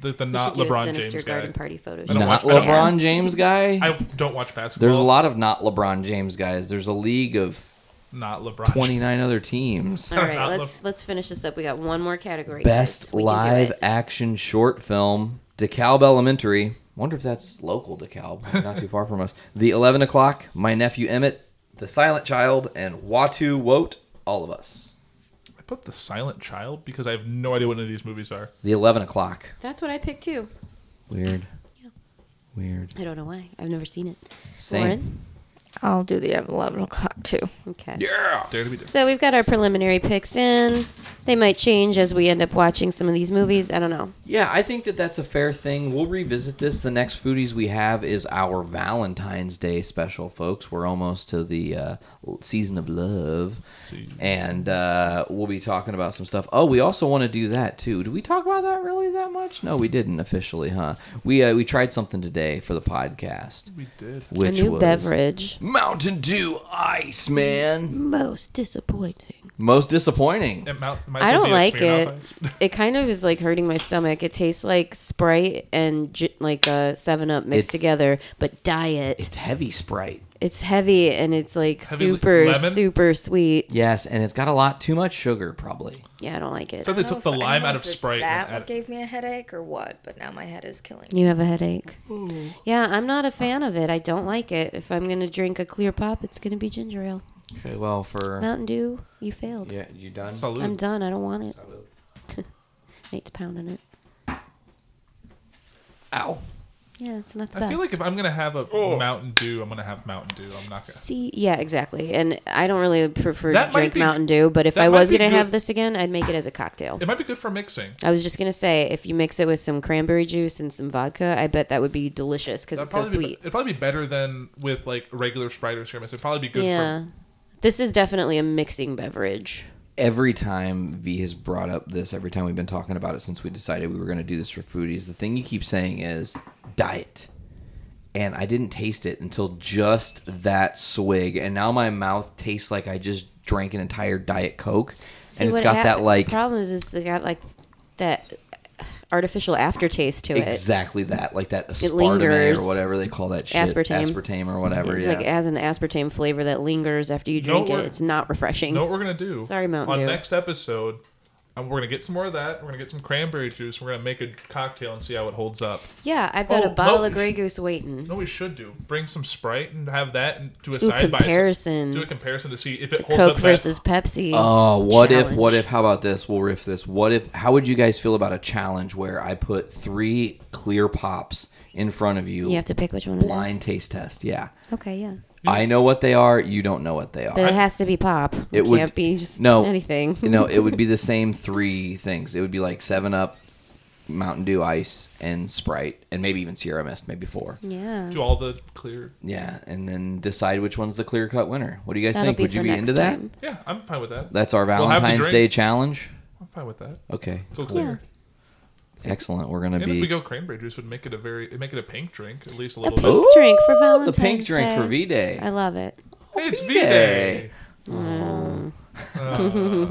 Speaker 7: the, the
Speaker 9: We should
Speaker 7: not
Speaker 9: do a
Speaker 7: LeBron
Speaker 9: sinister
Speaker 7: James
Speaker 9: Garden
Speaker 7: guy.
Speaker 9: Party photo
Speaker 7: I don't
Speaker 9: shoot.
Speaker 12: Not
Speaker 7: watch basketball.
Speaker 12: LeBron James guy.
Speaker 7: I don't watch basketball.
Speaker 12: There's a lot of not LeBron James guys. There's a league of
Speaker 7: not LeBron.
Speaker 12: 29 other teams.
Speaker 9: All right, let's let's finish this up. We got one more category.
Speaker 12: Best
Speaker 9: guys. We can do
Speaker 12: live
Speaker 9: it.
Speaker 12: action short film, DeKalb Elementary. Wonder if that's local DeKalb, not too far from us. The 11 o'clock, My Nephew Emmett, The Silent Child, and Watu Wote, All of Us.
Speaker 7: I put The Silent Child because I have no idea what any of these movies are.
Speaker 12: The 11 o'clock.
Speaker 9: That's what I picked too.
Speaker 12: Weird. Weird.
Speaker 9: I don't know why. I've never seen it.
Speaker 12: Same.
Speaker 9: Lauren?
Speaker 8: I'll do the 11 o'clock too.
Speaker 9: Okay.
Speaker 7: Yeah. Dare to be different.
Speaker 9: So we've got our preliminary picks in. They might change as we end up watching some of these movies. I don't know.
Speaker 12: Yeah, I think that that's a fair thing. We'll revisit this. The next foodies we have is our Valentine's Day special, folks. We're almost to the uh, season of love, and uh, we'll be talking about some stuff. Oh, we also want to do that too. Did we talk about that really that much? No, we didn't officially, huh? We uh, we tried something today for the podcast.
Speaker 7: We did.
Speaker 12: which
Speaker 9: a new
Speaker 12: was
Speaker 9: beverage.
Speaker 12: Mountain Dew Ice, man.
Speaker 9: Most disappointing.
Speaker 12: Most disappointing.
Speaker 7: It mou- might as
Speaker 9: I
Speaker 7: well
Speaker 9: don't
Speaker 7: be a
Speaker 9: like
Speaker 7: Smirnoff
Speaker 9: it.
Speaker 7: Ice.
Speaker 9: it kind of is like hurting my stomach. It tastes like Sprite and j- like uh, Seven Up mixed
Speaker 12: It's-
Speaker 9: together, but diet. It's
Speaker 12: heavy Sprite.
Speaker 9: It's heavy and it's like
Speaker 12: Heavy with
Speaker 9: super
Speaker 12: lemon?
Speaker 9: super sweet.
Speaker 12: Yes, and it's got a lot too much sugar, probably.
Speaker 9: Yeah, I don't like it.
Speaker 7: So they
Speaker 8: Oh,
Speaker 7: took the lime out of Sprite. and
Speaker 8: That
Speaker 7: added-
Speaker 8: what gave me a headache or what? But now my head is killing me.
Speaker 9: You have a headache. Yeah, I'm not a fan of it. I don't like it. If I'm gonna drink a clear pop, it's gonna be ginger ale.
Speaker 12: Okay, well for
Speaker 9: Mountain Dew, you failed.
Speaker 12: Yeah, you done?
Speaker 9: I'm done. I don't want it. Nate's pounding it.
Speaker 12: Ow.
Speaker 9: Yeah, it's not the
Speaker 7: I
Speaker 9: best.
Speaker 7: feel like if I'm gonna have a Mountain Dew, I'm gonna have Mountain Dew. I'm not gonna.
Speaker 9: See, yeah, exactly. And I don't really prefer
Speaker 7: That
Speaker 9: to
Speaker 7: might
Speaker 9: drink
Speaker 7: be-
Speaker 9: Mountain Dew, but if
Speaker 7: that
Speaker 9: I
Speaker 7: might
Speaker 9: was
Speaker 7: be
Speaker 9: gonna
Speaker 7: good-
Speaker 9: have this again, I'd make it as a cocktail.
Speaker 7: It might be good for mixing.
Speaker 9: I was just gonna say, if you mix it with some cranberry juice and some vodka, I bet that would be delicious because
Speaker 7: That'd
Speaker 9: it's so
Speaker 7: probably be-
Speaker 9: sweet.
Speaker 7: it'd probably be better than with like regular Sprite or Seamus. It'd probably be good
Speaker 9: yeah, this is definitely a mixing beverage.
Speaker 12: every time V has brought up this, every time we've been talking about it since we decided we were going to do this for foodies, the thing you keep saying is diet. And I didn't taste it until just that swig, and now my mouth tastes like I just drank an entire diet coke,
Speaker 9: See,
Speaker 12: and it's
Speaker 9: what
Speaker 12: got that
Speaker 9: hap-
Speaker 12: like
Speaker 9: The problem is, is they got like that artificial aftertaste to it.
Speaker 12: exactly that, like that
Speaker 9: It
Speaker 12: aspartame
Speaker 9: lingers.
Speaker 12: or whatever they call that shit,
Speaker 9: Aspartame.
Speaker 12: aspartame or whatever.
Speaker 9: It's
Speaker 12: yeah,
Speaker 9: like it has an aspartame flavor that lingers after you
Speaker 7: You know
Speaker 9: drink
Speaker 7: what
Speaker 9: it.
Speaker 7: we're-
Speaker 9: It's not
Speaker 7: for.
Speaker 9: refreshing.
Speaker 7: Know what we're gonna do?
Speaker 9: Sorry, Mountain
Speaker 7: On
Speaker 9: Dew.
Speaker 7: next episode, And we're gonna get some more of that. We're gonna get some cranberry juice. We're gonna make a cocktail and see how it holds up.
Speaker 9: Yeah, I've got a
Speaker 7: Oh,
Speaker 9: bottle
Speaker 7: no,
Speaker 9: of Grey Goose waiting.
Speaker 7: No, we should do. Bring some Sprite and have that and do a
Speaker 9: Ooh,
Speaker 7: side
Speaker 9: comparison.
Speaker 7: By, do a comparison to see if it holds
Speaker 9: Coke
Speaker 7: up. that-
Speaker 9: versus Pepsi.
Speaker 12: Oh, what if? What
Speaker 9: challenge.
Speaker 12: if? How about this? We'll riff this. What if? How would you guys feel about a challenge where I put three clear pops in front of you?
Speaker 9: You have to Mm-hmm. pick which one it is.
Speaker 12: Blind taste test. Yeah.
Speaker 9: Okay, yeah.
Speaker 12: I know what they are. You don't know what they are.
Speaker 9: Then it has to be pop. It,
Speaker 12: It
Speaker 9: can't
Speaker 12: would
Speaker 9: be just
Speaker 12: no
Speaker 9: anything.
Speaker 12: no, it would be the same three things. It would be like Seven Up, Mountain Dew Ice, and Sprite, and maybe even Sierra Mist, maybe four.
Speaker 9: Yeah.
Speaker 7: Do all the clear.
Speaker 12: Yeah, and then decide which one's the clear cut winner. What do you guys
Speaker 9: That'll
Speaker 12: think?
Speaker 9: be
Speaker 12: Would you
Speaker 9: for
Speaker 12: be
Speaker 9: next
Speaker 12: into
Speaker 9: time.
Speaker 12: that?
Speaker 7: Yeah, I'm fine with that.
Speaker 12: That's our
Speaker 7: We'll have the
Speaker 12: Valentine's
Speaker 7: drink.
Speaker 12: Day challenge.
Speaker 7: I'm fine with that.
Speaker 12: Okay. cool.
Speaker 7: Go clear.
Speaker 12: Excellent. We're gonna
Speaker 7: and
Speaker 12: be
Speaker 7: if we go cranberry juice, would make it a very it'd make it a pink drink at least a
Speaker 9: A
Speaker 7: little
Speaker 9: pink
Speaker 7: bit.
Speaker 9: drink for
Speaker 12: the
Speaker 9: Valentine's
Speaker 12: pink drink for V Day.
Speaker 9: I love it.
Speaker 7: Hey, it's V
Speaker 12: V-Day.
Speaker 7: Day.
Speaker 9: Oh.
Speaker 7: Ah,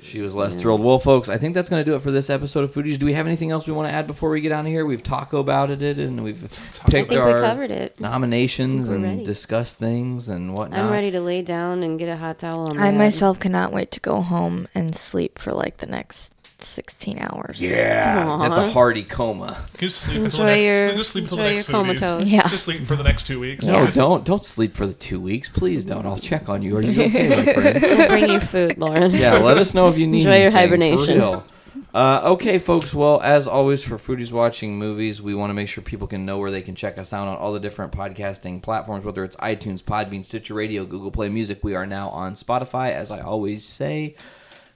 Speaker 12: She was less thrilled. Well, folks, I think that's going to do it for this episode of Foodies. Do we have anything else we want to add before we get out of here? We've taco bouted it, and we've picked
Speaker 9: I think we
Speaker 12: our
Speaker 9: covered it.
Speaker 12: nominations
Speaker 9: I think we're
Speaker 12: and
Speaker 9: ready.
Speaker 12: discussed things and whatnot.
Speaker 9: I'm ready to lay down and get a hot towel on my
Speaker 8: I
Speaker 9: head.
Speaker 8: myself cannot wait to go home and sleep for like the next 16 hours.
Speaker 12: Yeah, Ah, that's a hearty coma.
Speaker 7: Can you sleep until
Speaker 9: Enjoy
Speaker 7: the next,
Speaker 9: your-
Speaker 7: just sleep until the
Speaker 9: enjoy
Speaker 7: next
Speaker 9: your
Speaker 7: foodies.
Speaker 9: comatose.
Speaker 8: Yeah.
Speaker 7: Just sleep for the next two weeks.
Speaker 12: No,
Speaker 7: Just-
Speaker 12: don't don't sleep for the two weeks. Please don't. I'll check on you. Are you okay, my friend?
Speaker 9: We'll bring you food, Lauren.
Speaker 12: Yeah, let us know if you need.
Speaker 9: Enjoy your
Speaker 12: anything, for
Speaker 9: hibernation.
Speaker 12: real. Uh, okay, folks. Well, as always, for foodies watching movies, we want to make sure people can know where they can check us out on all the different podcasting platforms, whether it's iTunes, Podbean, Stitcher Radio, Google Play Music. We are now on Spotify, as I always say.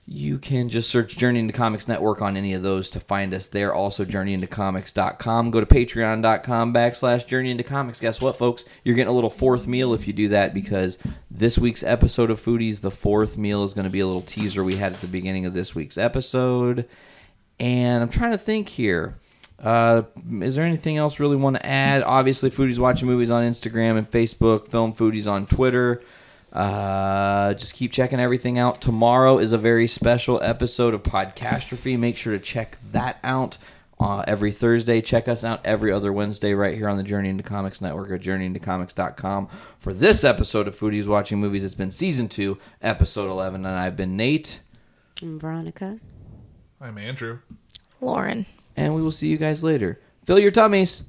Speaker 12: You can just search Journey into Comics Network on any of those to find us there. Also, journeyintocomics.com. Go to patreon.com backslash Journey into Comics. Guess what, folks? You're getting a little fourth meal if you do that because this week's episode of Foodies, the fourth meal, is going to be a little teaser we had at the beginning of this week's episode. And I'm trying to think here. Uh, is there anything else really want to add? Obviously, Foodies Watching Movies on Instagram and Facebook, Film Foodies on Twitter. Uh, just keep checking everything out. Tomorrow is a very special episode of Podcastrophe. Make sure to check that out uh, every Thursday. Check us out every other Wednesday right here on the Journey into Comics Network or journeyintocomics.com. For this episode of Foodies Watching Movies, it's been season two, episode 11, and I've been Nate.
Speaker 9: And Veronica.
Speaker 7: I'm Andrew.
Speaker 8: Lauren.
Speaker 12: And we will see you guys later. Fill your tummies.